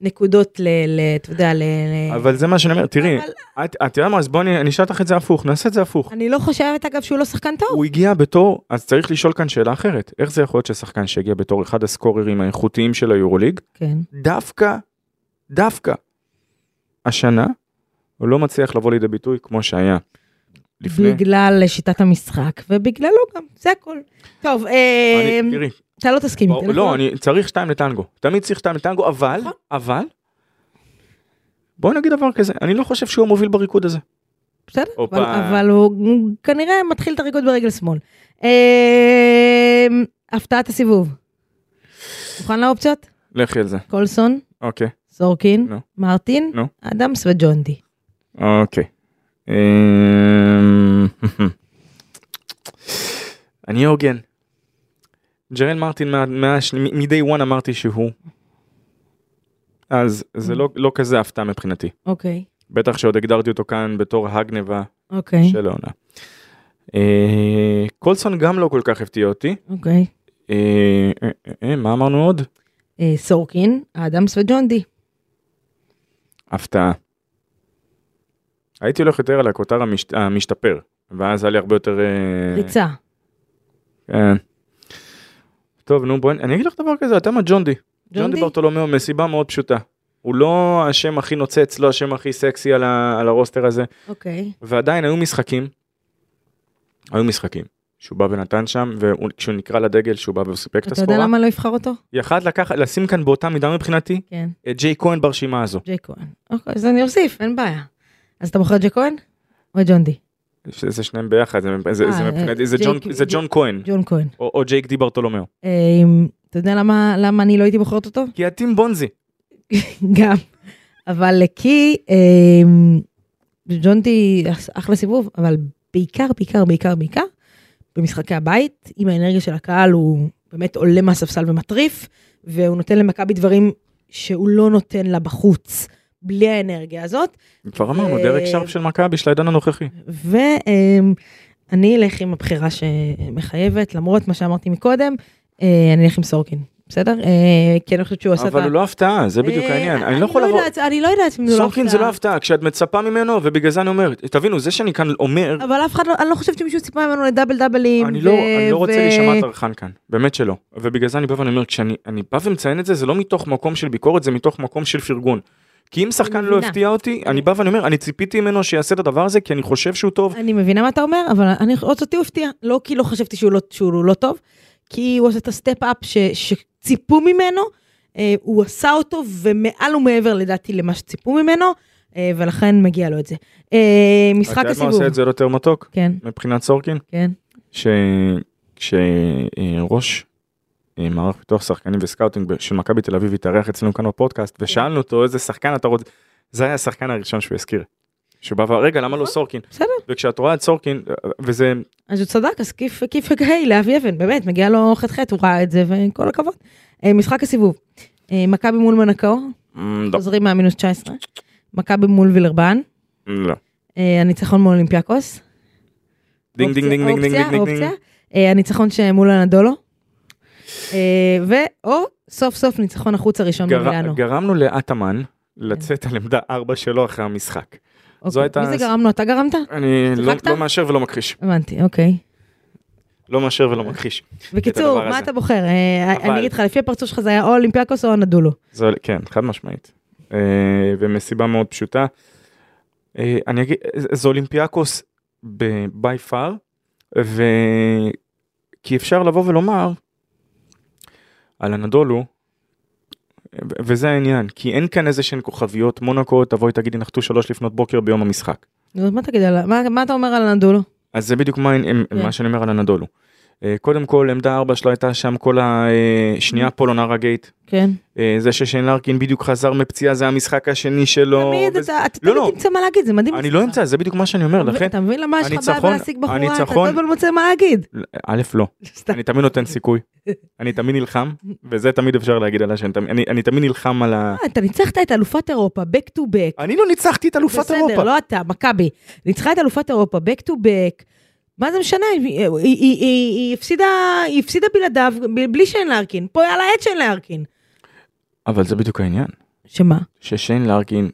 [SPEAKER 2] נקודות ל... ל- אתה יודע, ל... ל-
[SPEAKER 3] אבל זה מה שאני אומר, תראי,
[SPEAKER 2] אבל-
[SPEAKER 3] את- את יודעת מה, אז בואי אני אני אשאל אותך את זה הפוך, נעשה את זה הפוך.
[SPEAKER 2] אני לא חושבת, אגב, שהוא לא שחקן טוב.
[SPEAKER 3] הוא הגיע בתור, אז צריך לשאול כאן שאלה אחרת, איך זה יכול להיות ששחקן שהגיע בתור אחד הסקוררים האיכותיים של היורוליג,
[SPEAKER 2] כן.
[SPEAKER 3] דווקא, דווקא, השנה, הוא לא מצליח לבוא לידי ביטוי כמו שהיה. לפני.
[SPEAKER 2] בגלל אה, שיטת המשחק, ובגללו גם, זה הכל. טוב, אה,
[SPEAKER 3] אני, תראי,
[SPEAKER 2] אתה לא תסכים איתי,
[SPEAKER 3] ברור- לא, אני צריך שתיים לטנגו. תמיד צריך שתיים לטנגו, אבל,
[SPEAKER 2] נכון.
[SPEAKER 3] אבל, בואי נגיד דבר כזה, אני לא חושב שהוא המוביל בריקוד הזה.
[SPEAKER 2] בסדר,
[SPEAKER 3] הופה.
[SPEAKER 2] אבל, אבל הוא הוא כנראה מתחיל את הריקוד ברגל שמאל. אה, הפתעת הסיבוב. מוכן לאופציות?
[SPEAKER 3] לכי על זה.
[SPEAKER 2] קולסון,
[SPEAKER 3] אוקיי,
[SPEAKER 2] סורקין,
[SPEAKER 3] נו.
[SPEAKER 2] מרטין,
[SPEAKER 3] נו.
[SPEAKER 2] אדמס וג'ונדי.
[SPEAKER 3] אוקיי. אמ, אני אהיה הוגן. ג'רל מרטין מה- מהש- מ- מ-day one אמרתי שהוא. אז זה לא לא כזה הפתעה מבחינתי.
[SPEAKER 2] אוקיי,
[SPEAKER 3] בטח שעוד הגדרתי אותו כאן בתור הגניבה
[SPEAKER 2] אוקיי,
[SPEAKER 3] של העונה. אה, קולסון גם לא כל כך הפתיע אותי.
[SPEAKER 2] אוקיי.
[SPEAKER 3] אה, אה, אה, אה, מה אמרנו עוד?
[SPEAKER 2] אה, סורקין, אדמס וג'ונדי.
[SPEAKER 3] הפתעה. הייתי הולך יותר על הכותר המשת- המשתפר, ואז היה לי הרבה יותר... אה,
[SPEAKER 2] ריצה.
[SPEAKER 3] כן. טוב נו בואי אני אגיד לך דבר כזה אתה מה ג'ונדי. ג'ונדי
[SPEAKER 2] ג'ונדי?
[SPEAKER 3] ברטולומיאו מסיבה מאוד פשוטה. הוא לא השם הכי נוצץ, לא השם הכי סקסי על, ה, על הרוסטר הזה,
[SPEAKER 2] אוקיי.
[SPEAKER 3] ועדיין היו משחקים, היו משחקים, שהוא בא ונתן שם, וכשהוא נקרא לדגל שהוא בא וסיפק
[SPEAKER 2] אתה
[SPEAKER 3] את
[SPEAKER 2] יודע
[SPEAKER 3] הסחורה,
[SPEAKER 2] למה לא יבחר אותו?
[SPEAKER 3] יכלת לקחת, לשים כאן באותה מידה מבחינתי,
[SPEAKER 2] כן,
[SPEAKER 3] את ג'יי כהן ברשימה הזו.
[SPEAKER 2] ג'יי כהן. אוקיי, אז אני אוסיף, אין בעיה. אז אתה בוחר את ג'יי כהן? או את ג'ון די?
[SPEAKER 3] זה זה שניהם ביחד, זה- זה-
[SPEAKER 2] אה,
[SPEAKER 3] זה מבחינתי, זה
[SPEAKER 2] ג'ייק-
[SPEAKER 3] ג'ון- זה ג'ון כהן,
[SPEAKER 2] ג'ון כהן.
[SPEAKER 3] או או ג'ייק די ברטולומיאו.
[SPEAKER 2] אמ, אתה יודע למה- למה אני לא הייתי בוחרת אותו?
[SPEAKER 3] כי הטים בונזי.
[SPEAKER 2] גם. אבל כי אמ, ג'ון די אחלה סיבוב, אבל בעיקר, בעיקר, בעיקר, בעיקר, במשחקי הבית, עם האנרגיה של הקהל, הוא באמת עולה מהספסל ומטריף, והוא נותן למכבי דברים שהוא לא נותן לה בחוץ, בלי האנרגיה הזאת.
[SPEAKER 3] כבר אמרנו,
[SPEAKER 2] אה,
[SPEAKER 3] דרק שרפ של מכבי, של העידן הנוכחי.
[SPEAKER 2] ואני אלך עם הבחירה שמחייבת, למרות מה שאמרתי מקודם, אה, אני אלך עם סורקין, בסדר? אה, כי אני חושבת שהוא עשה את ה...
[SPEAKER 3] אבל הוא לא הפתעה, זה בדיוק
[SPEAKER 2] אה,
[SPEAKER 3] העניין. אני לא יכול לבוא...
[SPEAKER 2] יודעת- אני לא יודעת אם הוא לא
[SPEAKER 3] סורקין זה לא הפתעה, כשאת מצפה ממנו, ובגלל זה אני אומר, תבינו, זה שאני כאן אומר,
[SPEAKER 2] אבל אף אחד לא, אני לא חושבת שמישהו ציפה ממנו לדאבל דאבלים.
[SPEAKER 3] אני
[SPEAKER 2] ו-
[SPEAKER 3] לא, אני לא רוצה
[SPEAKER 2] ו-
[SPEAKER 3] להישמע טרחן כאן, באמת שלא. ובגלל זה אני בא ואני אומר, כשאני אני בא ומציין את זה, זה לא מתוך מקום של ביקורת, זה מתוך מקום של פרגון. כי אם שחקן לא
[SPEAKER 2] מבינה.
[SPEAKER 3] הפתיע אותי, אני בא ואני אומר, אני ציפיתי ממנו שיעשה את הדבר הזה, כי אני חושב שהוא טוב.
[SPEAKER 2] אני מבינה מה אתה אומר, אבל אני, אותי הוא הפתיע. לא כי לא חשבתי שהוא לא, שהוא לא טוב, כי הוא עשה את הסטפ-אפ ש- שציפו ממנו, אה, הוא עשה אותו, ומעל ומעבר לדעתי למה שציפו ממנו, אה, ולכן מגיע לו את זה. אה, משחק
[SPEAKER 3] את יודעת מה
[SPEAKER 2] הסיבוב.
[SPEAKER 3] עושה את זה יותר מתוק,
[SPEAKER 2] כן,
[SPEAKER 3] מבחינת סורקין?
[SPEAKER 2] כן.
[SPEAKER 3] שכשראש אה, מערך פיתוח שחקנים וסקאוטינג של מכבי תל אביב התארח אצלנו כאן בפודקאסט ושאלנו אותו איזה שחקן אתה רוצה, זה היה השחקן הראשון שהוא הזכיר. שבא ואמר רגע למה לא סורקין
[SPEAKER 2] בסדר.
[SPEAKER 3] וכשאת רואה את סורקין אה, וזה
[SPEAKER 2] אז הוא צדק, אז כיף, כיף הגהי לאבי אבן, באמת, מגיע לו חטא-חטא, הוא ראה את זה, וכל הכבוד. אה, משחק הסיבוב, אה, מכבי מול מונקו,
[SPEAKER 3] "מ, לא,
[SPEAKER 2] חוזרים מהמינוס 19, מכבי מול וילרבן,
[SPEAKER 3] לא.
[SPEAKER 2] אה, הניצחון מול אולימפיאקוס.
[SPEAKER 3] דינג דינג דינג דינג דינג
[SPEAKER 2] אופציה,
[SPEAKER 3] דינג דינג
[SPEAKER 2] אופציה. אה, הניצחון שמול הנדולו. אה, ואו סוף סוף ניצחון החוץ הראשון
[SPEAKER 3] גר-
[SPEAKER 2] במילאנו.
[SPEAKER 3] גרמנו לאטאמן לצאת על עמדה 4 שלו אחרי המשחק.
[SPEAKER 2] אוקיי.
[SPEAKER 3] זו הייתה-
[SPEAKER 2] מי זה גרמנו? אתה גרמת?
[SPEAKER 3] אני לא-
[SPEAKER 2] שיחקת?
[SPEAKER 3] לא מאשר ולא מכחיש.
[SPEAKER 2] הבנתי, אוקיי.
[SPEAKER 3] לא מאשר ולא מכחיש.
[SPEAKER 2] בקיצור,
[SPEAKER 3] הדבר
[SPEAKER 2] מה
[SPEAKER 3] הזה.
[SPEAKER 2] אתה בוחר? אה,
[SPEAKER 3] אבל-
[SPEAKER 2] אני אגיד לך, לפי הפרצוף שלך זה היה או אולימפיאקוס או הנדולו.
[SPEAKER 3] זה, כן, חד משמעית. אה, ומסיבה מאוד פשוטה. אה, אני אגיד, זה אולימפיאקוס ביי פאר, ו... כי אפשר לבוא ולומר על הנדולו, ו- וזה העניין, כי אין כאן איזה שהן כוכביות, מונקו תבואי תגידי נחתו שלוש לפנות בוקר ביום המשחק.
[SPEAKER 2] נו, מה תגיד על... מה- מה אתה אומר על הנדולו?
[SPEAKER 3] אז זה בדיוק מה, הם-
[SPEAKER 2] כן.
[SPEAKER 3] מה שאני אומר על הנדולו. אה, קודם כל עמדה ארבע שלו הייתה שם כל אה, השנייה פולונרה גייט,
[SPEAKER 2] כן.
[SPEAKER 3] אה, זה ששיין לארקין בדיוק חזר מפציעה זה המשחק השני שלו.
[SPEAKER 2] תמיד
[SPEAKER 3] וזה-
[SPEAKER 2] אתה אתה
[SPEAKER 3] לא,
[SPEAKER 2] תמיד
[SPEAKER 3] לא.
[SPEAKER 2] תמצא מה להגיד, זה מדהים.
[SPEAKER 3] אני לא אמצא זה בדיוק מה שאני אומר לכן.
[SPEAKER 2] אתה מבין למה יש לך בעיה
[SPEAKER 3] הניצחון-
[SPEAKER 2] להשיג בחורה? אתה
[SPEAKER 3] הניצחון-
[SPEAKER 2] כל הזמן מוצא מה להגיד.
[SPEAKER 3] א' לא
[SPEAKER 2] סתם.
[SPEAKER 3] אני תמיד נותן סיכוי אני תמיד נלחם וזה תמיד אפשר להגיד עליה שאני תמיד- אני- אני תמיד נלחם על ה...
[SPEAKER 2] אה, אתה ניצחת את אלופת אירופה, back to back.
[SPEAKER 3] אני לא ניצחתי את אלופת אירופה.
[SPEAKER 2] בסדר, לא אתה, מכבי. ניצחה את אלופת אירופה, back to back. מה זה משנה? היא- היא- היא- היא היא הפסידה- היא הפסידה בלעדיו, ב- בלי שיין לארקין. פה היה לה את שיין לארקין.
[SPEAKER 3] אבל זה בדיוק העניין
[SPEAKER 2] שמה?
[SPEAKER 3] ששיין לארקין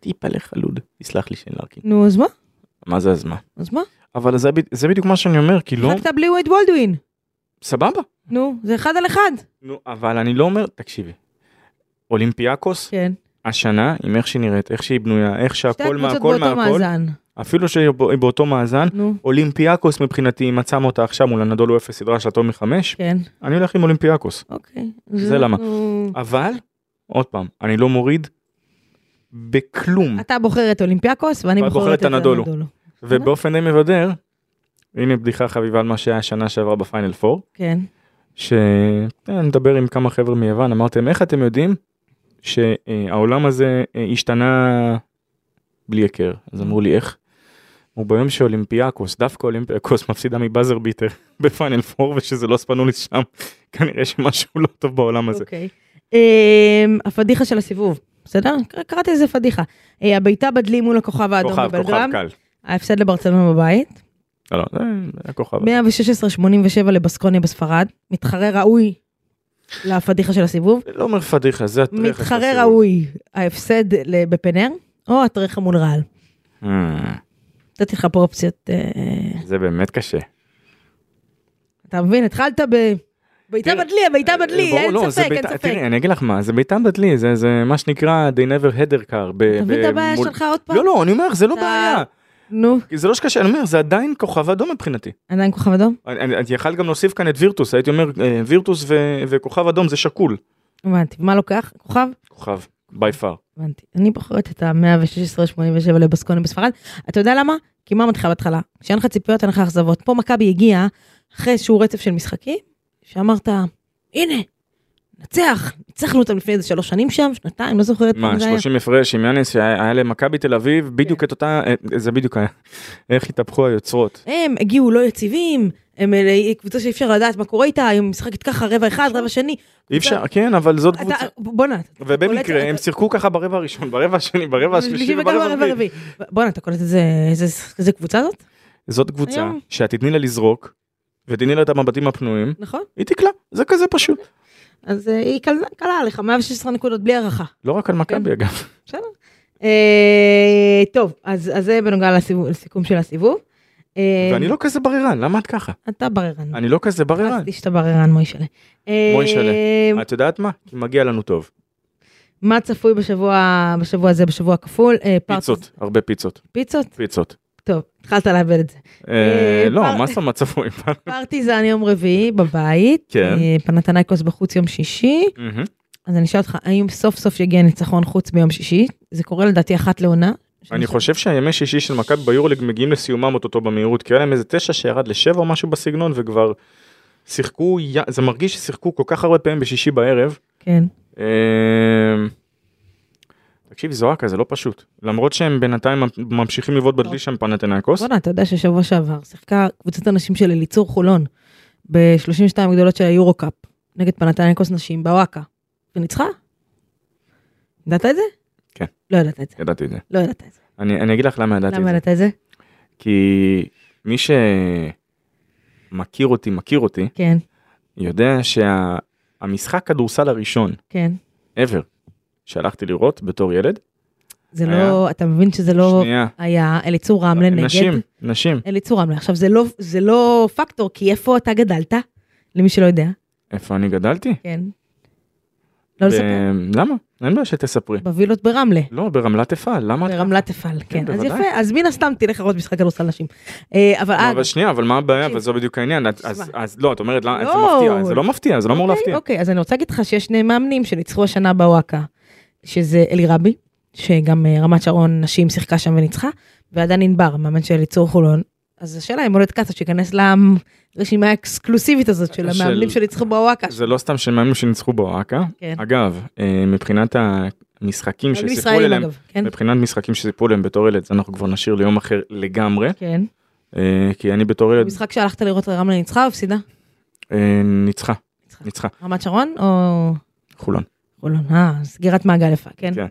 [SPEAKER 3] טיפה לחלוד יסלח לי שיין לארקין
[SPEAKER 2] נו, אז מה?
[SPEAKER 3] מה זה אז מה
[SPEAKER 2] אז מה?
[SPEAKER 3] אבל זה ב- זה בדיוק מה שאני אומר כי לא
[SPEAKER 2] חגת בלי וייד וולדווין.
[SPEAKER 3] סבבה
[SPEAKER 2] נו, זה אחד על אחד.
[SPEAKER 3] נו אבל אני לא אומר תקשיבי אולימפיאקוס
[SPEAKER 2] כן.
[SPEAKER 3] השנה עם איך שהיא נראית איך שהיא בנויה איך
[SPEAKER 2] שתי
[SPEAKER 3] שהכל
[SPEAKER 2] הקבוצות
[SPEAKER 3] מהכל
[SPEAKER 2] באותו
[SPEAKER 3] מהכל
[SPEAKER 2] מאזן.
[SPEAKER 3] אפילו שהיא בא- באותו מאזן,
[SPEAKER 2] נו,
[SPEAKER 3] אולימפיאקוס מבחינתי, אם מצאם אותה עכשיו מול הנדולו אפס סדרה של הטוב מחמש,
[SPEAKER 2] כן.
[SPEAKER 3] אני הולך עם אולימפיאקוס.
[SPEAKER 2] אוקיי.
[SPEAKER 3] זה
[SPEAKER 2] אז
[SPEAKER 3] למה.
[SPEAKER 2] אנחנו-
[SPEAKER 3] אבל, עוד פעם, אני לא מוריד בכלום,
[SPEAKER 2] אתה בוחר את אולימפיאקוס ואני
[SPEAKER 3] ואת
[SPEAKER 2] בוחרת
[SPEAKER 3] בוחרת
[SPEAKER 2] את
[SPEAKER 3] הנדולו.
[SPEAKER 2] הנדולו.
[SPEAKER 3] ובאופן די מבדר, הנה בדיחה חביבה על מה שהיה השנה שעברה בפיינל 4,
[SPEAKER 2] כן.
[SPEAKER 3] שנדבר אה, עם כמה חבר'ה מיוון, אמרתם, איך אתם יודעים שהעולם הזה אה, השתנה בלי היכר? אז אמרו לי, איך? הוא ביום שאולימפיאקוס, דווקא אולימפיאקוס מפסידה מבאזר ביטר בפיינל 4 ושזה לא ספנוליס שם, כנראה שמשהו לא טוב בעולם הזה.
[SPEAKER 2] אוקיי. אמ, הפדיחה של הסיבוב, בסדר? ק- קראתי לזה פדיחה. אה, הבעיטה בדלי מול הכוכב האדום
[SPEAKER 3] כוכב, כן. כוכב
[SPEAKER 2] בבלגרם,
[SPEAKER 3] קל.
[SPEAKER 2] ההפסד לברצלונה בבית,
[SPEAKER 3] לא, לא, זה היה כוכב.
[SPEAKER 2] 116-87 לבסקוניה בספרד, מתחרה ראוי לפדיחה של הסיבוב,
[SPEAKER 3] לא אומר פדיחה, זה הטרחה. של הסיבוב.
[SPEAKER 2] מתחרה ראוי ההפסד ל- בפנר, או הטרחה מול רעל.
[SPEAKER 3] אה,
[SPEAKER 2] נתתי לך פה אופציות, אה,
[SPEAKER 3] זה באמת קשה.
[SPEAKER 2] אתה מבין, התחלת ב... בעיטה
[SPEAKER 3] תראה,
[SPEAKER 2] בדלי, בעיטה בדלי,
[SPEAKER 3] ברור,
[SPEAKER 2] אין
[SPEAKER 3] לא, זה
[SPEAKER 2] ספק, אין
[SPEAKER 3] בית"ר-
[SPEAKER 2] ספק.
[SPEAKER 3] תראי, אני אגיד לך מה, זה ביתר בדלי, זה- זה מה שנקרא they never had their car. ב-
[SPEAKER 2] אתה מבין את
[SPEAKER 3] ב-
[SPEAKER 2] הבעיה
[SPEAKER 3] מול-
[SPEAKER 2] שלך עוד פעם?
[SPEAKER 3] לא, לא, אני אומר, זה לא
[SPEAKER 2] אתה-
[SPEAKER 3] בעיה.
[SPEAKER 2] נו,
[SPEAKER 3] כי זה לא שקשה, אני אומר, זה עדיין כוכב אדום מבחינתי.
[SPEAKER 2] עדיין כוכב אדום?
[SPEAKER 3] אני- אני אני יכלת גם להוסיף כאן את וירטוס, הייתי אומר, אה, וירטוס ו- וכוכב אדום זה שקול.
[SPEAKER 2] הבנתי, מה לוקח? כוכב?
[SPEAKER 3] כוכב, by far.
[SPEAKER 2] הבנתי. אני בוחרת את ה-116-87 לבסקוני בספרד. אתה יודע למה? כי מה מתחילה בהתחלה? כשאין לך ציפיות אין לך אכזבות. פה מכבי הגיעה אחרי איזשהו רצף של משחקים, שאמרת, הנה, נצח, ניצחנו אותם לפני איזה שלוש שנים שם, שנתיים, לא זוכרת
[SPEAKER 3] מה,
[SPEAKER 2] כמה זה היה.
[SPEAKER 3] 30 הפרש עם יאניס שהיה למכבי תל
[SPEAKER 2] כן.
[SPEAKER 3] אביב, בדיוק את אותה, אה, זה בדיוק היה, איך התהפכו היוצרות.
[SPEAKER 2] הם הגיעו לא יציבים, הם אלה- קבוצה שאי אפשר לדעת מה קורה איתה, היום משחקת ככה רבע אחד, רבע שני.
[SPEAKER 3] אי אפשר, כן, אבל זאת
[SPEAKER 2] אתה,
[SPEAKER 3] קבוצה.
[SPEAKER 2] בואנה,
[SPEAKER 3] ובמקרה
[SPEAKER 2] אתה-
[SPEAKER 3] הם שיחקו ככה ברבע הראשון, ברבע השני, ברבע השלישי
[SPEAKER 2] וגם
[SPEAKER 3] וברבע
[SPEAKER 2] ברבע
[SPEAKER 3] הרביעי.
[SPEAKER 2] הרביעי. בואנה, אתה קולט איזה, איזה, איזה קבוצה זאת?
[SPEAKER 3] זאת קבוצה
[SPEAKER 2] היום.
[SPEAKER 3] שאת תתני לה לזרוק, ותתני לה את המבטים הפנויים,
[SPEAKER 2] נכון?
[SPEAKER 3] היא תקלע, זה כזה פשוט.
[SPEAKER 2] אז אה, היא קלה- קלה עליך 116 נקודות בלי הערכה.
[SPEAKER 3] לא רק על מכבי אגב.
[SPEAKER 2] אה, טוב, אז, אז זה בנוגע לסיבוב, לסיכום של הסיבוב. אה,
[SPEAKER 3] ואני לא כזה בררן, למה את ככה?
[SPEAKER 2] אתה בררן.
[SPEAKER 3] אני לא כזה בררן.
[SPEAKER 2] רציתי שאתה בררן, מוישלה. אה,
[SPEAKER 3] מוישלה. את יודעת מה? כי מגיע לנו טוב.
[SPEAKER 2] מה צפוי בשבוע, בשבוע הזה, בשבוע הכפול? אה, פרטס-
[SPEAKER 3] פיצות, הרבה פיצות.
[SPEAKER 2] פיצות?
[SPEAKER 3] פיצות.
[SPEAKER 2] טוב, התחלת לאבד את זה.
[SPEAKER 3] אה, לא,
[SPEAKER 2] פר-
[SPEAKER 3] מה זאת אומרת צפוי?
[SPEAKER 2] פרטיזן יום רביעי בבית,
[SPEAKER 3] כן.
[SPEAKER 2] אה, פנתנייקוס בחוץ יום שישי,
[SPEAKER 3] מהמם.
[SPEAKER 2] אז אני אשאל אותך, האם סוף סוף יגיע ניצחון חוץ ביום שישי? זה קורה לדעתי אחת לעונה.
[SPEAKER 3] אני חושב שהימי שישי של מכבי ביורוליג מגיעים לסיומם אוטוטו במהירות כי היה להם איזה תשע שירד לשבע או משהו בסגנון וכבר שיחקו י- זה מרגיש ששיחקו כל כך הרבה פעמים בשישי בערב.
[SPEAKER 2] כן.
[SPEAKER 3] אמ, תקשיב זוהקה זה לא פשוט למרות שהם בינתיים ממשיכים לבעוט בדלי שם פנתנאיקוס
[SPEAKER 2] בואנה, אתה יודע ששבוע שעבר שיחקה קבוצת הנשים של אליצור חולון ב-32 הגדולות של היורו קאפ נגד פנתנייקוס נשים בוואקה, וניצחה? ידעת את זה?
[SPEAKER 3] כן.
[SPEAKER 2] לא ידעת את זה,
[SPEAKER 3] ידעתי את זה
[SPEAKER 2] לא ידעת את זה.
[SPEAKER 3] אני אני אגיד לך למה ידעתי את
[SPEAKER 2] למה
[SPEAKER 3] זה
[SPEAKER 2] ידעת את זה?
[SPEAKER 3] כי מי שמכיר אותי מכיר אותי
[SPEAKER 2] כן,
[SPEAKER 3] יודע שהמשחק כדורסל הראשון
[SPEAKER 2] כן.
[SPEAKER 3] ever שהלכתי לראות בתור ילד
[SPEAKER 2] זה
[SPEAKER 3] היה.
[SPEAKER 2] לא, אתה מבין שזה לא
[SPEAKER 3] שנייה אה,
[SPEAKER 2] היה אליצור רמלה נגד...
[SPEAKER 3] נשים נשים
[SPEAKER 2] אליצור רמלה. עכשיו, זה לא- זה לא פקטור, כי איפה אתה גדלת? למי שלא יודע.
[SPEAKER 3] איפה אני גדלתי?
[SPEAKER 2] כן. לא לספר.
[SPEAKER 3] ב- למה? אין בעיה שתספרי.
[SPEAKER 2] בווילות ברמלה.
[SPEAKER 3] לא, ברמלת אפעל, למה? את-
[SPEAKER 2] ברמלת תפעל, כן. אז
[SPEAKER 3] נכון. בוודאי.
[SPEAKER 2] יפה, אז מן הסתם תלך לראות משחק כדורסל נשים. אה, אבל
[SPEAKER 3] לא,
[SPEAKER 2] אה,
[SPEAKER 3] אבל שנייה, אבל מה הבעיה?
[SPEAKER 2] תקשיב.
[SPEAKER 3] אבל זה בדיוק העניין. את- אז-
[SPEAKER 2] תשמע.
[SPEAKER 3] אז לא, את אומרת, למה- זה
[SPEAKER 2] לא.
[SPEAKER 3] מפתיע, זה לא מפתיע, זה לא אמור
[SPEAKER 2] אוקיי,
[SPEAKER 3] להפתיע.
[SPEAKER 2] אוקיי, אז אני רוצה להגיד לך שיש שני מאמנים שניצחו השנה בוואקה, שזה אלירבי, שגם אה, רמת שרון נשים שיחקה שם וניצחה, ועדן ענבר, המאמן של אליצור חולון. אז השאלה אם עולד קאסה שייכנס לרשימה האקסקלוסיבית הזאת של
[SPEAKER 3] של-
[SPEAKER 2] המאמנים שניצחו בוואקה.
[SPEAKER 3] זה לא סתם שמאמנים שניצחו בוואקה.
[SPEAKER 2] אוקיי. כן.
[SPEAKER 3] אגב, אה, מבחינת המשחקים
[SPEAKER 2] היו
[SPEAKER 3] שסיפרו
[SPEAKER 2] ישראלים
[SPEAKER 3] אליהם,
[SPEAKER 2] אגב, כן?
[SPEAKER 3] מבחינת משחקים שסיפרו אליהם בתור ילד, זה אנחנו כבר נשאיר ליום אחר לגמרי,
[SPEAKER 2] כן.
[SPEAKER 3] אה, כי אני בתור ילד
[SPEAKER 2] המשחק שהלכת לראות רמלה ניצחה או הפסידה?
[SPEAKER 3] אה, ניצחה,
[SPEAKER 2] ניצחה.
[SPEAKER 3] ניצחה,
[SPEAKER 2] רמת שרון או
[SPEAKER 3] חולון.
[SPEAKER 2] חולון? אה, סגירת מעגל יפה, כן?
[SPEAKER 3] כן.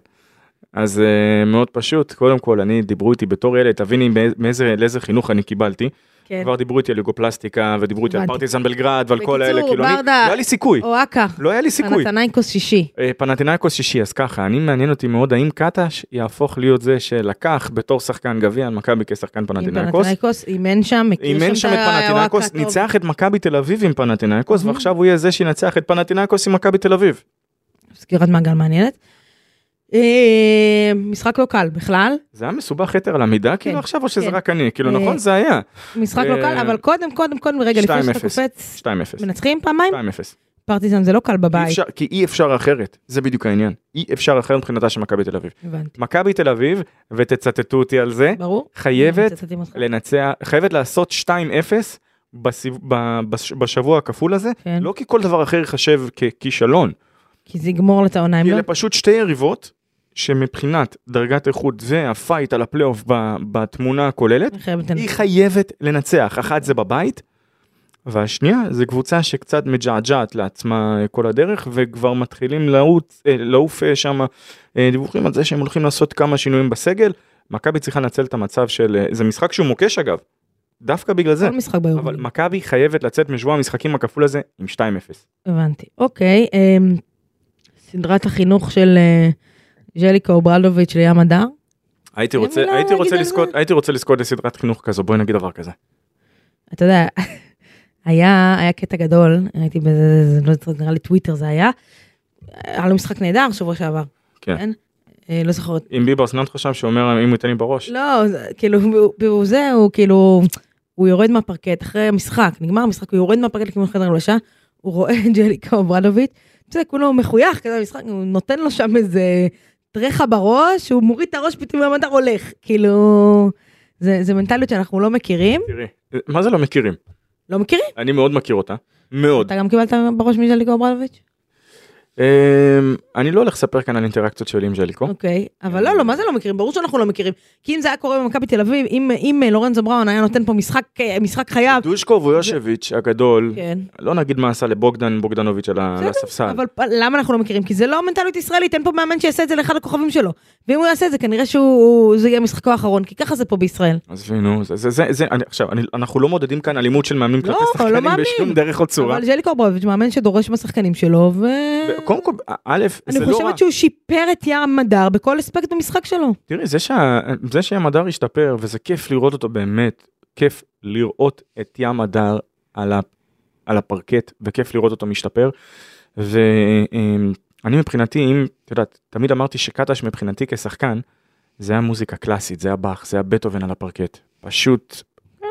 [SPEAKER 3] אז אה, מאוד פשוט, קודם כל, אני, דיברו איתי בתור ילד, תביני מאיזה- מאיזה, לאיזה חינוך אני קיבלתי.
[SPEAKER 2] כן.
[SPEAKER 3] כבר דיברו איתי על יוגופלסטיקה ודיברו איתי על
[SPEAKER 2] הבנתי.
[SPEAKER 3] פרטיזן בלגרד ועל כל
[SPEAKER 2] בקיצור,
[SPEAKER 3] האלה כאילו אני לא
[SPEAKER 2] ברדה-
[SPEAKER 3] היה לי סיכוי
[SPEAKER 2] או אכ"א,
[SPEAKER 3] לא היה לי סיכוי
[SPEAKER 2] פנתנייקוס שישי.
[SPEAKER 3] אה, פנתינאיקוס שישי אז ככה אני מעניין אותי מאוד האם קטש יהפוך להיות זה שלקח בתור שחקן גביע על מכבי כשחקן
[SPEAKER 2] עם
[SPEAKER 3] פנתינאיקוס.
[SPEAKER 2] פנתנייקוס, אימן שם, מכיר
[SPEAKER 3] אם אין שם את
[SPEAKER 2] ה-
[SPEAKER 3] פנתינאיקוס
[SPEAKER 2] הוואקה, טוב.
[SPEAKER 3] ניצח את מכבי תל אביב עם פנתינאיקוס
[SPEAKER 2] Mhm.
[SPEAKER 3] ועכשיו הוא יהיה זה שינצח את פנתינאיקוס עם מכבי תל אביב.
[SPEAKER 2] סגירת מעגל מעניינת. אה, משחק לא קל בכלל,
[SPEAKER 3] זה היה מסובך יתר על המידה כאילו עכשיו או שזה
[SPEAKER 2] כן.
[SPEAKER 3] רק אני כאילו
[SPEAKER 2] אה,
[SPEAKER 3] נכון זה היה
[SPEAKER 2] משחק לא
[SPEAKER 3] אה,
[SPEAKER 2] קל, אבל קודם, קודם, קודם, רגע, לפני שאתה
[SPEAKER 3] 2-0.
[SPEAKER 2] קופץ,
[SPEAKER 3] 2-0.
[SPEAKER 2] מנצחים פעמיים?
[SPEAKER 3] 2-0.
[SPEAKER 2] פרטיזן זה לא קל
[SPEAKER 3] אי
[SPEAKER 2] בבית.
[SPEAKER 3] אפשר- כי אי אפשר אחרת זה בדיוק העניין אי אפשר אחרת מבחינתה של מכבי תל אביב.
[SPEAKER 2] הבנתי,
[SPEAKER 3] מכבי תל אביב, ותצטטו אותי על זה,
[SPEAKER 2] ברור. לא,
[SPEAKER 3] חייבת
[SPEAKER 2] אני מצטטת עם אותך.
[SPEAKER 3] לנצח, חייבת לעשות 2-0 בסיב- ב- בש- בשבוע הכפול הזה,
[SPEAKER 2] כן.
[SPEAKER 3] לא כי כל דבר אחר ייחשב ככישלון,
[SPEAKER 2] כי זה יגמור לה את העונה, אם
[SPEAKER 3] כי
[SPEAKER 2] לא.
[SPEAKER 3] אלה פשוט שתי יריבות, שמבחינת דרגת איכות זה הפייט על הפלייאוף ב- בתמונה הכוללת,
[SPEAKER 2] אני חייבת
[SPEAKER 3] היא
[SPEAKER 2] לנצח.
[SPEAKER 3] חייבת לנצח, אחת זה בבית. והשנייה זה קבוצה שקצת מג'עג'עת לעצמה אה, כל הדרך וכבר מתחילים לעוץ, אה, לעוף שם אה, דיווחים על זה שהם הולכים לעשות כמה שינויים בסגל. מכבי צריכה לנצל את המצב של אה, זה משחק שהוא מוקש אגב. דווקא בגלל זה.
[SPEAKER 2] כל משחק ביום.
[SPEAKER 3] אבל מכבי חייבת לצאת משבוע המשחקים הכפול הזה עם 2-0.
[SPEAKER 2] הבנתי. אוקיי, אה, סדרת החינוך של אה, ז'ליקה אוברלוביץ' לים הדר.
[SPEAKER 3] הייתי
[SPEAKER 2] אין
[SPEAKER 3] רוצה
[SPEAKER 2] מילה
[SPEAKER 3] הייתי
[SPEAKER 2] לא להגיד
[SPEAKER 3] רוצה
[SPEAKER 2] על
[SPEAKER 3] לזכות
[SPEAKER 2] זה.
[SPEAKER 3] הייתי רוצה לזכות לסדרת חינוך כזו בואי נגיד דבר כזה.
[SPEAKER 2] אתה יודע, היה, היה קטע גדול, הייתי באיזה, זה לא יודעת, נראה לי טוויטר זה היה, היה לו משחק נהדר שבוע שעבר.
[SPEAKER 3] כן.
[SPEAKER 2] אה, לא זוכרת.
[SPEAKER 3] עם ביבר סנן חשב שאומר אם הוא ייתן לי בראש.
[SPEAKER 2] לא, זה- כאילו, הוא- הוא זה, הוא כאילו, הוא יורד מהפרקט אחרי המשחק, נגמר המשחק, הוא יורד מהפרקט לכיוון חדר הלבשה, הוא רואה את ג'ליקה אוברדוביץ', בסדר, כולו מחוייך כזה במשחק, הוא נותן לו שם איזה טרחה בראש, הוא מוריד את הראש פתאום מהמדר הולך, כאילו, זה, זה מנטליות שאנחנו לא מכירים,
[SPEAKER 3] תראי, מה זה לא מכירים?
[SPEAKER 2] לא מכירים.
[SPEAKER 3] אני מאוד מכיר אותה. מאוד.
[SPEAKER 2] אתה גם קיבלת בראש מג'ליקה אוברדוביץ'?
[SPEAKER 3] אמ, אני לא הולך לספר כאן על אינטראקציות שלי עם ג'ליקו.
[SPEAKER 2] אוקיי, אבל לא, לא, מה זה לא מכירים? ברור שאנחנו לא מכירים. כי אם זה היה קורה במכבי תל אביב, אם, אם אה, לורנזו בראון היה נותן פה משחק, אה, משחק חייו,
[SPEAKER 3] דושקו ויושביץ' הגדול,
[SPEAKER 2] כן.
[SPEAKER 3] לא נגיד מה עשה לבוגדן בוגדנוביץ' על ה- על
[SPEAKER 2] בסדר,
[SPEAKER 3] הספסל.
[SPEAKER 2] אבל פ- למה אנחנו לא מכירים? כי זה לא מנטליות ישראלית, אין פה מאמן שיעשה את זה לאחד הכוכבים שלו. ואם הוא יעשה את זה, כנראה שהוא, זה יהיה משחקו האחרון, כי ככה זה פה בישראל.
[SPEAKER 3] עזבי נו, זה- זה, זה, זה, אני- עכשיו, אני- אנחנו לא מודדים כאן אלימות של מאמנים
[SPEAKER 2] לא,
[SPEAKER 3] כלפי
[SPEAKER 2] לא
[SPEAKER 3] שחקנים
[SPEAKER 2] מאמין.
[SPEAKER 3] בשום דרך או צורה.
[SPEAKER 2] אבל ז'לי קורבוביץ' מאמן שדורש מהשחקנים שלו, ו...
[SPEAKER 3] קודם כל, א',
[SPEAKER 2] אני
[SPEAKER 3] זה לא רע.
[SPEAKER 2] חושבת שהוא שיפר את יר המדר בכל אספקט במשחק שלו.
[SPEAKER 3] תראי, זה, שה... זה שהמדר השתפר, וזה כיף לראות אותו באמת, כיף לראות את ים הדר על, ה... על הפרקט, וכיף לראות אותו משתפר. ואני מבחינתי, אם, את יודעת, תמיד אמרתי שקטש מבחינתי כשחקן, זה היה מוזיקה קלאסית, זה היה באך, זה היה בטהובן על הפרקט. פשוט,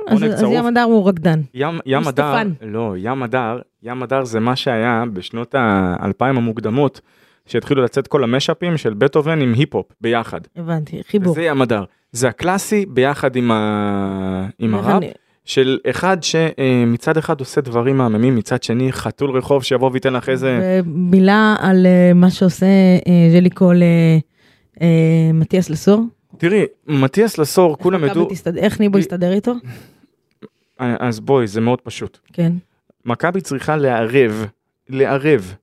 [SPEAKER 2] אז
[SPEAKER 3] עונג
[SPEAKER 2] אז
[SPEAKER 3] צרוף.
[SPEAKER 2] יר המדר הוא רקדן.
[SPEAKER 3] ים, ים הדר,
[SPEAKER 2] מסטפן.
[SPEAKER 3] לא, ים הדר, ים הדר זה מה שהיה בשנות האלפיים המוקדמות, שהתחילו לצאת כל המשאפים של בטהובן עם היפ-הופ ביחד.
[SPEAKER 2] הבנתי, חיבור.
[SPEAKER 3] זה ים הדר. זה הקלאסי ביחד עם, ה... עם
[SPEAKER 2] איך
[SPEAKER 3] הראפ,
[SPEAKER 2] אני-
[SPEAKER 3] של אחד שמצד אחד עושה דברים מהממים, מצד שני חתול רחוב שיבוא וייתן לך איזה...
[SPEAKER 2] ומילה על אה, מה שעושה אה, ז'ליקו למתיאס לסור.
[SPEAKER 3] תראי, מטיאס לסור, כולם
[SPEAKER 2] איך מכבי
[SPEAKER 3] ידעו... אה,
[SPEAKER 2] תסתדר- איך ניבו יסתדר איתו?
[SPEAKER 3] אז בואי, זה מאוד פשוט.
[SPEAKER 2] כן.
[SPEAKER 3] מכבי צריכה לערב, לערב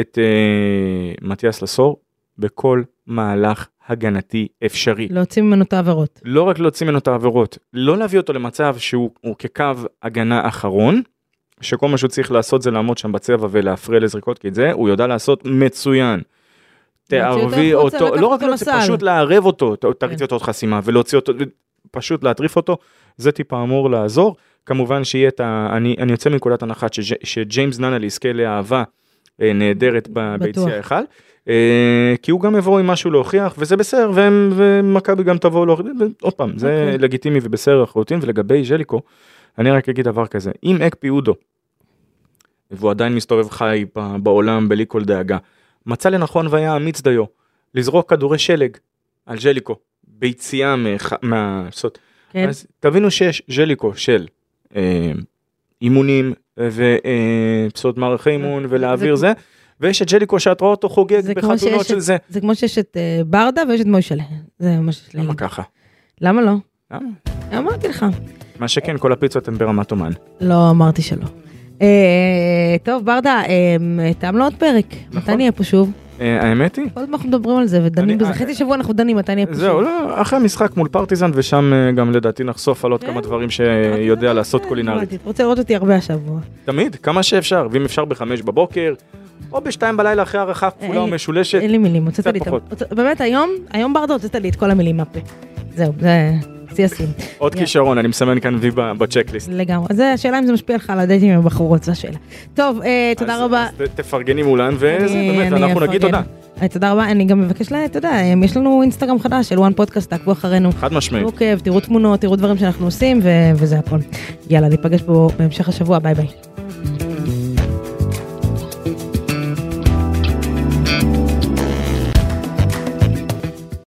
[SPEAKER 3] את אה, מטיאס לסור בכל מהלך הגנתי אפשרי.
[SPEAKER 2] להוציא ממנו את העבירות.
[SPEAKER 3] לא רק להוציא ממנו את העבירות, לא להביא אותו למצב שהוא הוא כקו הגנה אחרון, שכל מה שהוא צריך לעשות זה לעמוד שם בצבע ולהפריע לזריקות, כי את זה הוא יודע לעשות מצוין.
[SPEAKER 2] להוציא אותו
[SPEAKER 3] תערבי
[SPEAKER 2] החוצה,
[SPEAKER 3] אותו,
[SPEAKER 2] לקחת
[SPEAKER 3] לא רק
[SPEAKER 2] אותו
[SPEAKER 3] להוציא,
[SPEAKER 2] לסל.
[SPEAKER 3] פשוט לערב אותו, ת-
[SPEAKER 2] כן.
[SPEAKER 3] תריצי אותו עוד חסימה ולהוציא אותו, פשוט להטריף אותו, זה טיפה אמור לעזור. כמובן שיהיה את ה... אני, אני יוצא מנקודת הנחת שג'- שג'יימס ננל יזכה לאהבה אה, נהדרת ב-
[SPEAKER 2] בטוח.
[SPEAKER 3] ביציע ההיכל, אה, כי הוא גם יבוא עם משהו להוכיח וזה בסדר והם- ומכבי גם תבוא להוכיח, עוד פעם זה
[SPEAKER 2] אוקיי.
[SPEAKER 3] לגיטימי ובסדר לחלוטין ולגבי ז'ליקו, אני רק אגיד דבר כזה, אם אקפי אודו, והוא עדיין מסתובב חי ב- בעולם בלי כל דאגה, מצא לנכון והיה אמיץ דיו לזרוק כדורי שלג על ז'ליקו ביציאה מח... מה... זאת
[SPEAKER 2] כן.
[SPEAKER 3] אז תבינו שיש ז'ליקו של אה, אימונים ופסוד מערכי אימון ולהעביר
[SPEAKER 2] זה-
[SPEAKER 3] זה, ויש את ג'ליקו שאת רואה אותו חוגג
[SPEAKER 2] זה כמו
[SPEAKER 3] בחתונות
[SPEAKER 2] שיש
[SPEAKER 3] של
[SPEAKER 2] את-
[SPEAKER 3] זה.
[SPEAKER 2] זה כמו שיש את אה, ברדה ויש את מוישלה. זה מה שיש לי.
[SPEAKER 3] למה
[SPEAKER 2] להגיד.
[SPEAKER 3] ככה?
[SPEAKER 2] למה לא?
[SPEAKER 3] למה?
[SPEAKER 2] אמרתי לך.
[SPEAKER 3] מה שכן, כל הפיצות הן ברמת אומן.
[SPEAKER 2] לא, אמרתי שלא. אה, טוב, ברדה, אה, תם לו עוד פרק. מתי נהיה פה שוב?
[SPEAKER 3] אה, האמת היא?
[SPEAKER 2] כל הזמן אנחנו מדברים על זה ודנים
[SPEAKER 3] נכון. אני-
[SPEAKER 2] בזה.
[SPEAKER 3] אה,
[SPEAKER 2] חצי שבוע אנחנו דנים, מתי נהיה פה שוב?
[SPEAKER 3] זהו, לא, אחרי המשחק מול פרטיזן, ושם אה, גם לדעתי נחשוף על עוד
[SPEAKER 2] כן. אה,
[SPEAKER 3] כמה דברים שיודע אה, לעשות קולינרית.
[SPEAKER 2] אתה רוצה לראות אותי הרבה השבוע.
[SPEAKER 3] תמיד, כמה שאפשר, ואם אפשר בחמש בבוקר, או בשתיים בלילה אחרי הערכה כפולה
[SPEAKER 2] אה,
[SPEAKER 3] ומשולשת.
[SPEAKER 2] אין לי מילים, הוצאת
[SPEAKER 3] קצת
[SPEAKER 2] לי את ה...
[SPEAKER 3] פחות.
[SPEAKER 2] הוצאת- באמת, היום, היום ברדה הוצאת לי את כל המילים מהפה. זהו, זה שיא השיאים.
[SPEAKER 3] עוד
[SPEAKER 2] יאללה.
[SPEAKER 3] כישרון, אני מסמן כאן וי ב- בצ'קליסט.
[SPEAKER 2] לגמרי. זה השאלה אם זה משפיע לך על הדייטים עם הבחורות, זו השאלה. טוב, אה, תודה
[SPEAKER 3] אז-
[SPEAKER 2] רבה.
[SPEAKER 3] אז ת- תפרגני מולן, וזה
[SPEAKER 2] אני-
[SPEAKER 3] באמת,
[SPEAKER 2] אני
[SPEAKER 3] אנחנו נגיד
[SPEAKER 2] אפרגן.
[SPEAKER 3] תודה.
[SPEAKER 2] אה, תודה רבה, אני גם מבקש, לה- אתה יודע, אה, יש לנו אינסטגרם חדש של וואן פודקאסט, תעקבו אחרינו.
[SPEAKER 3] חד משמעית.
[SPEAKER 2] עוקב, תראו תמונות, תראו דברים שאנחנו עושים, ו- וזה הכל. יאללה, ניפגש פה בהמשך השבוע, ביי ביי.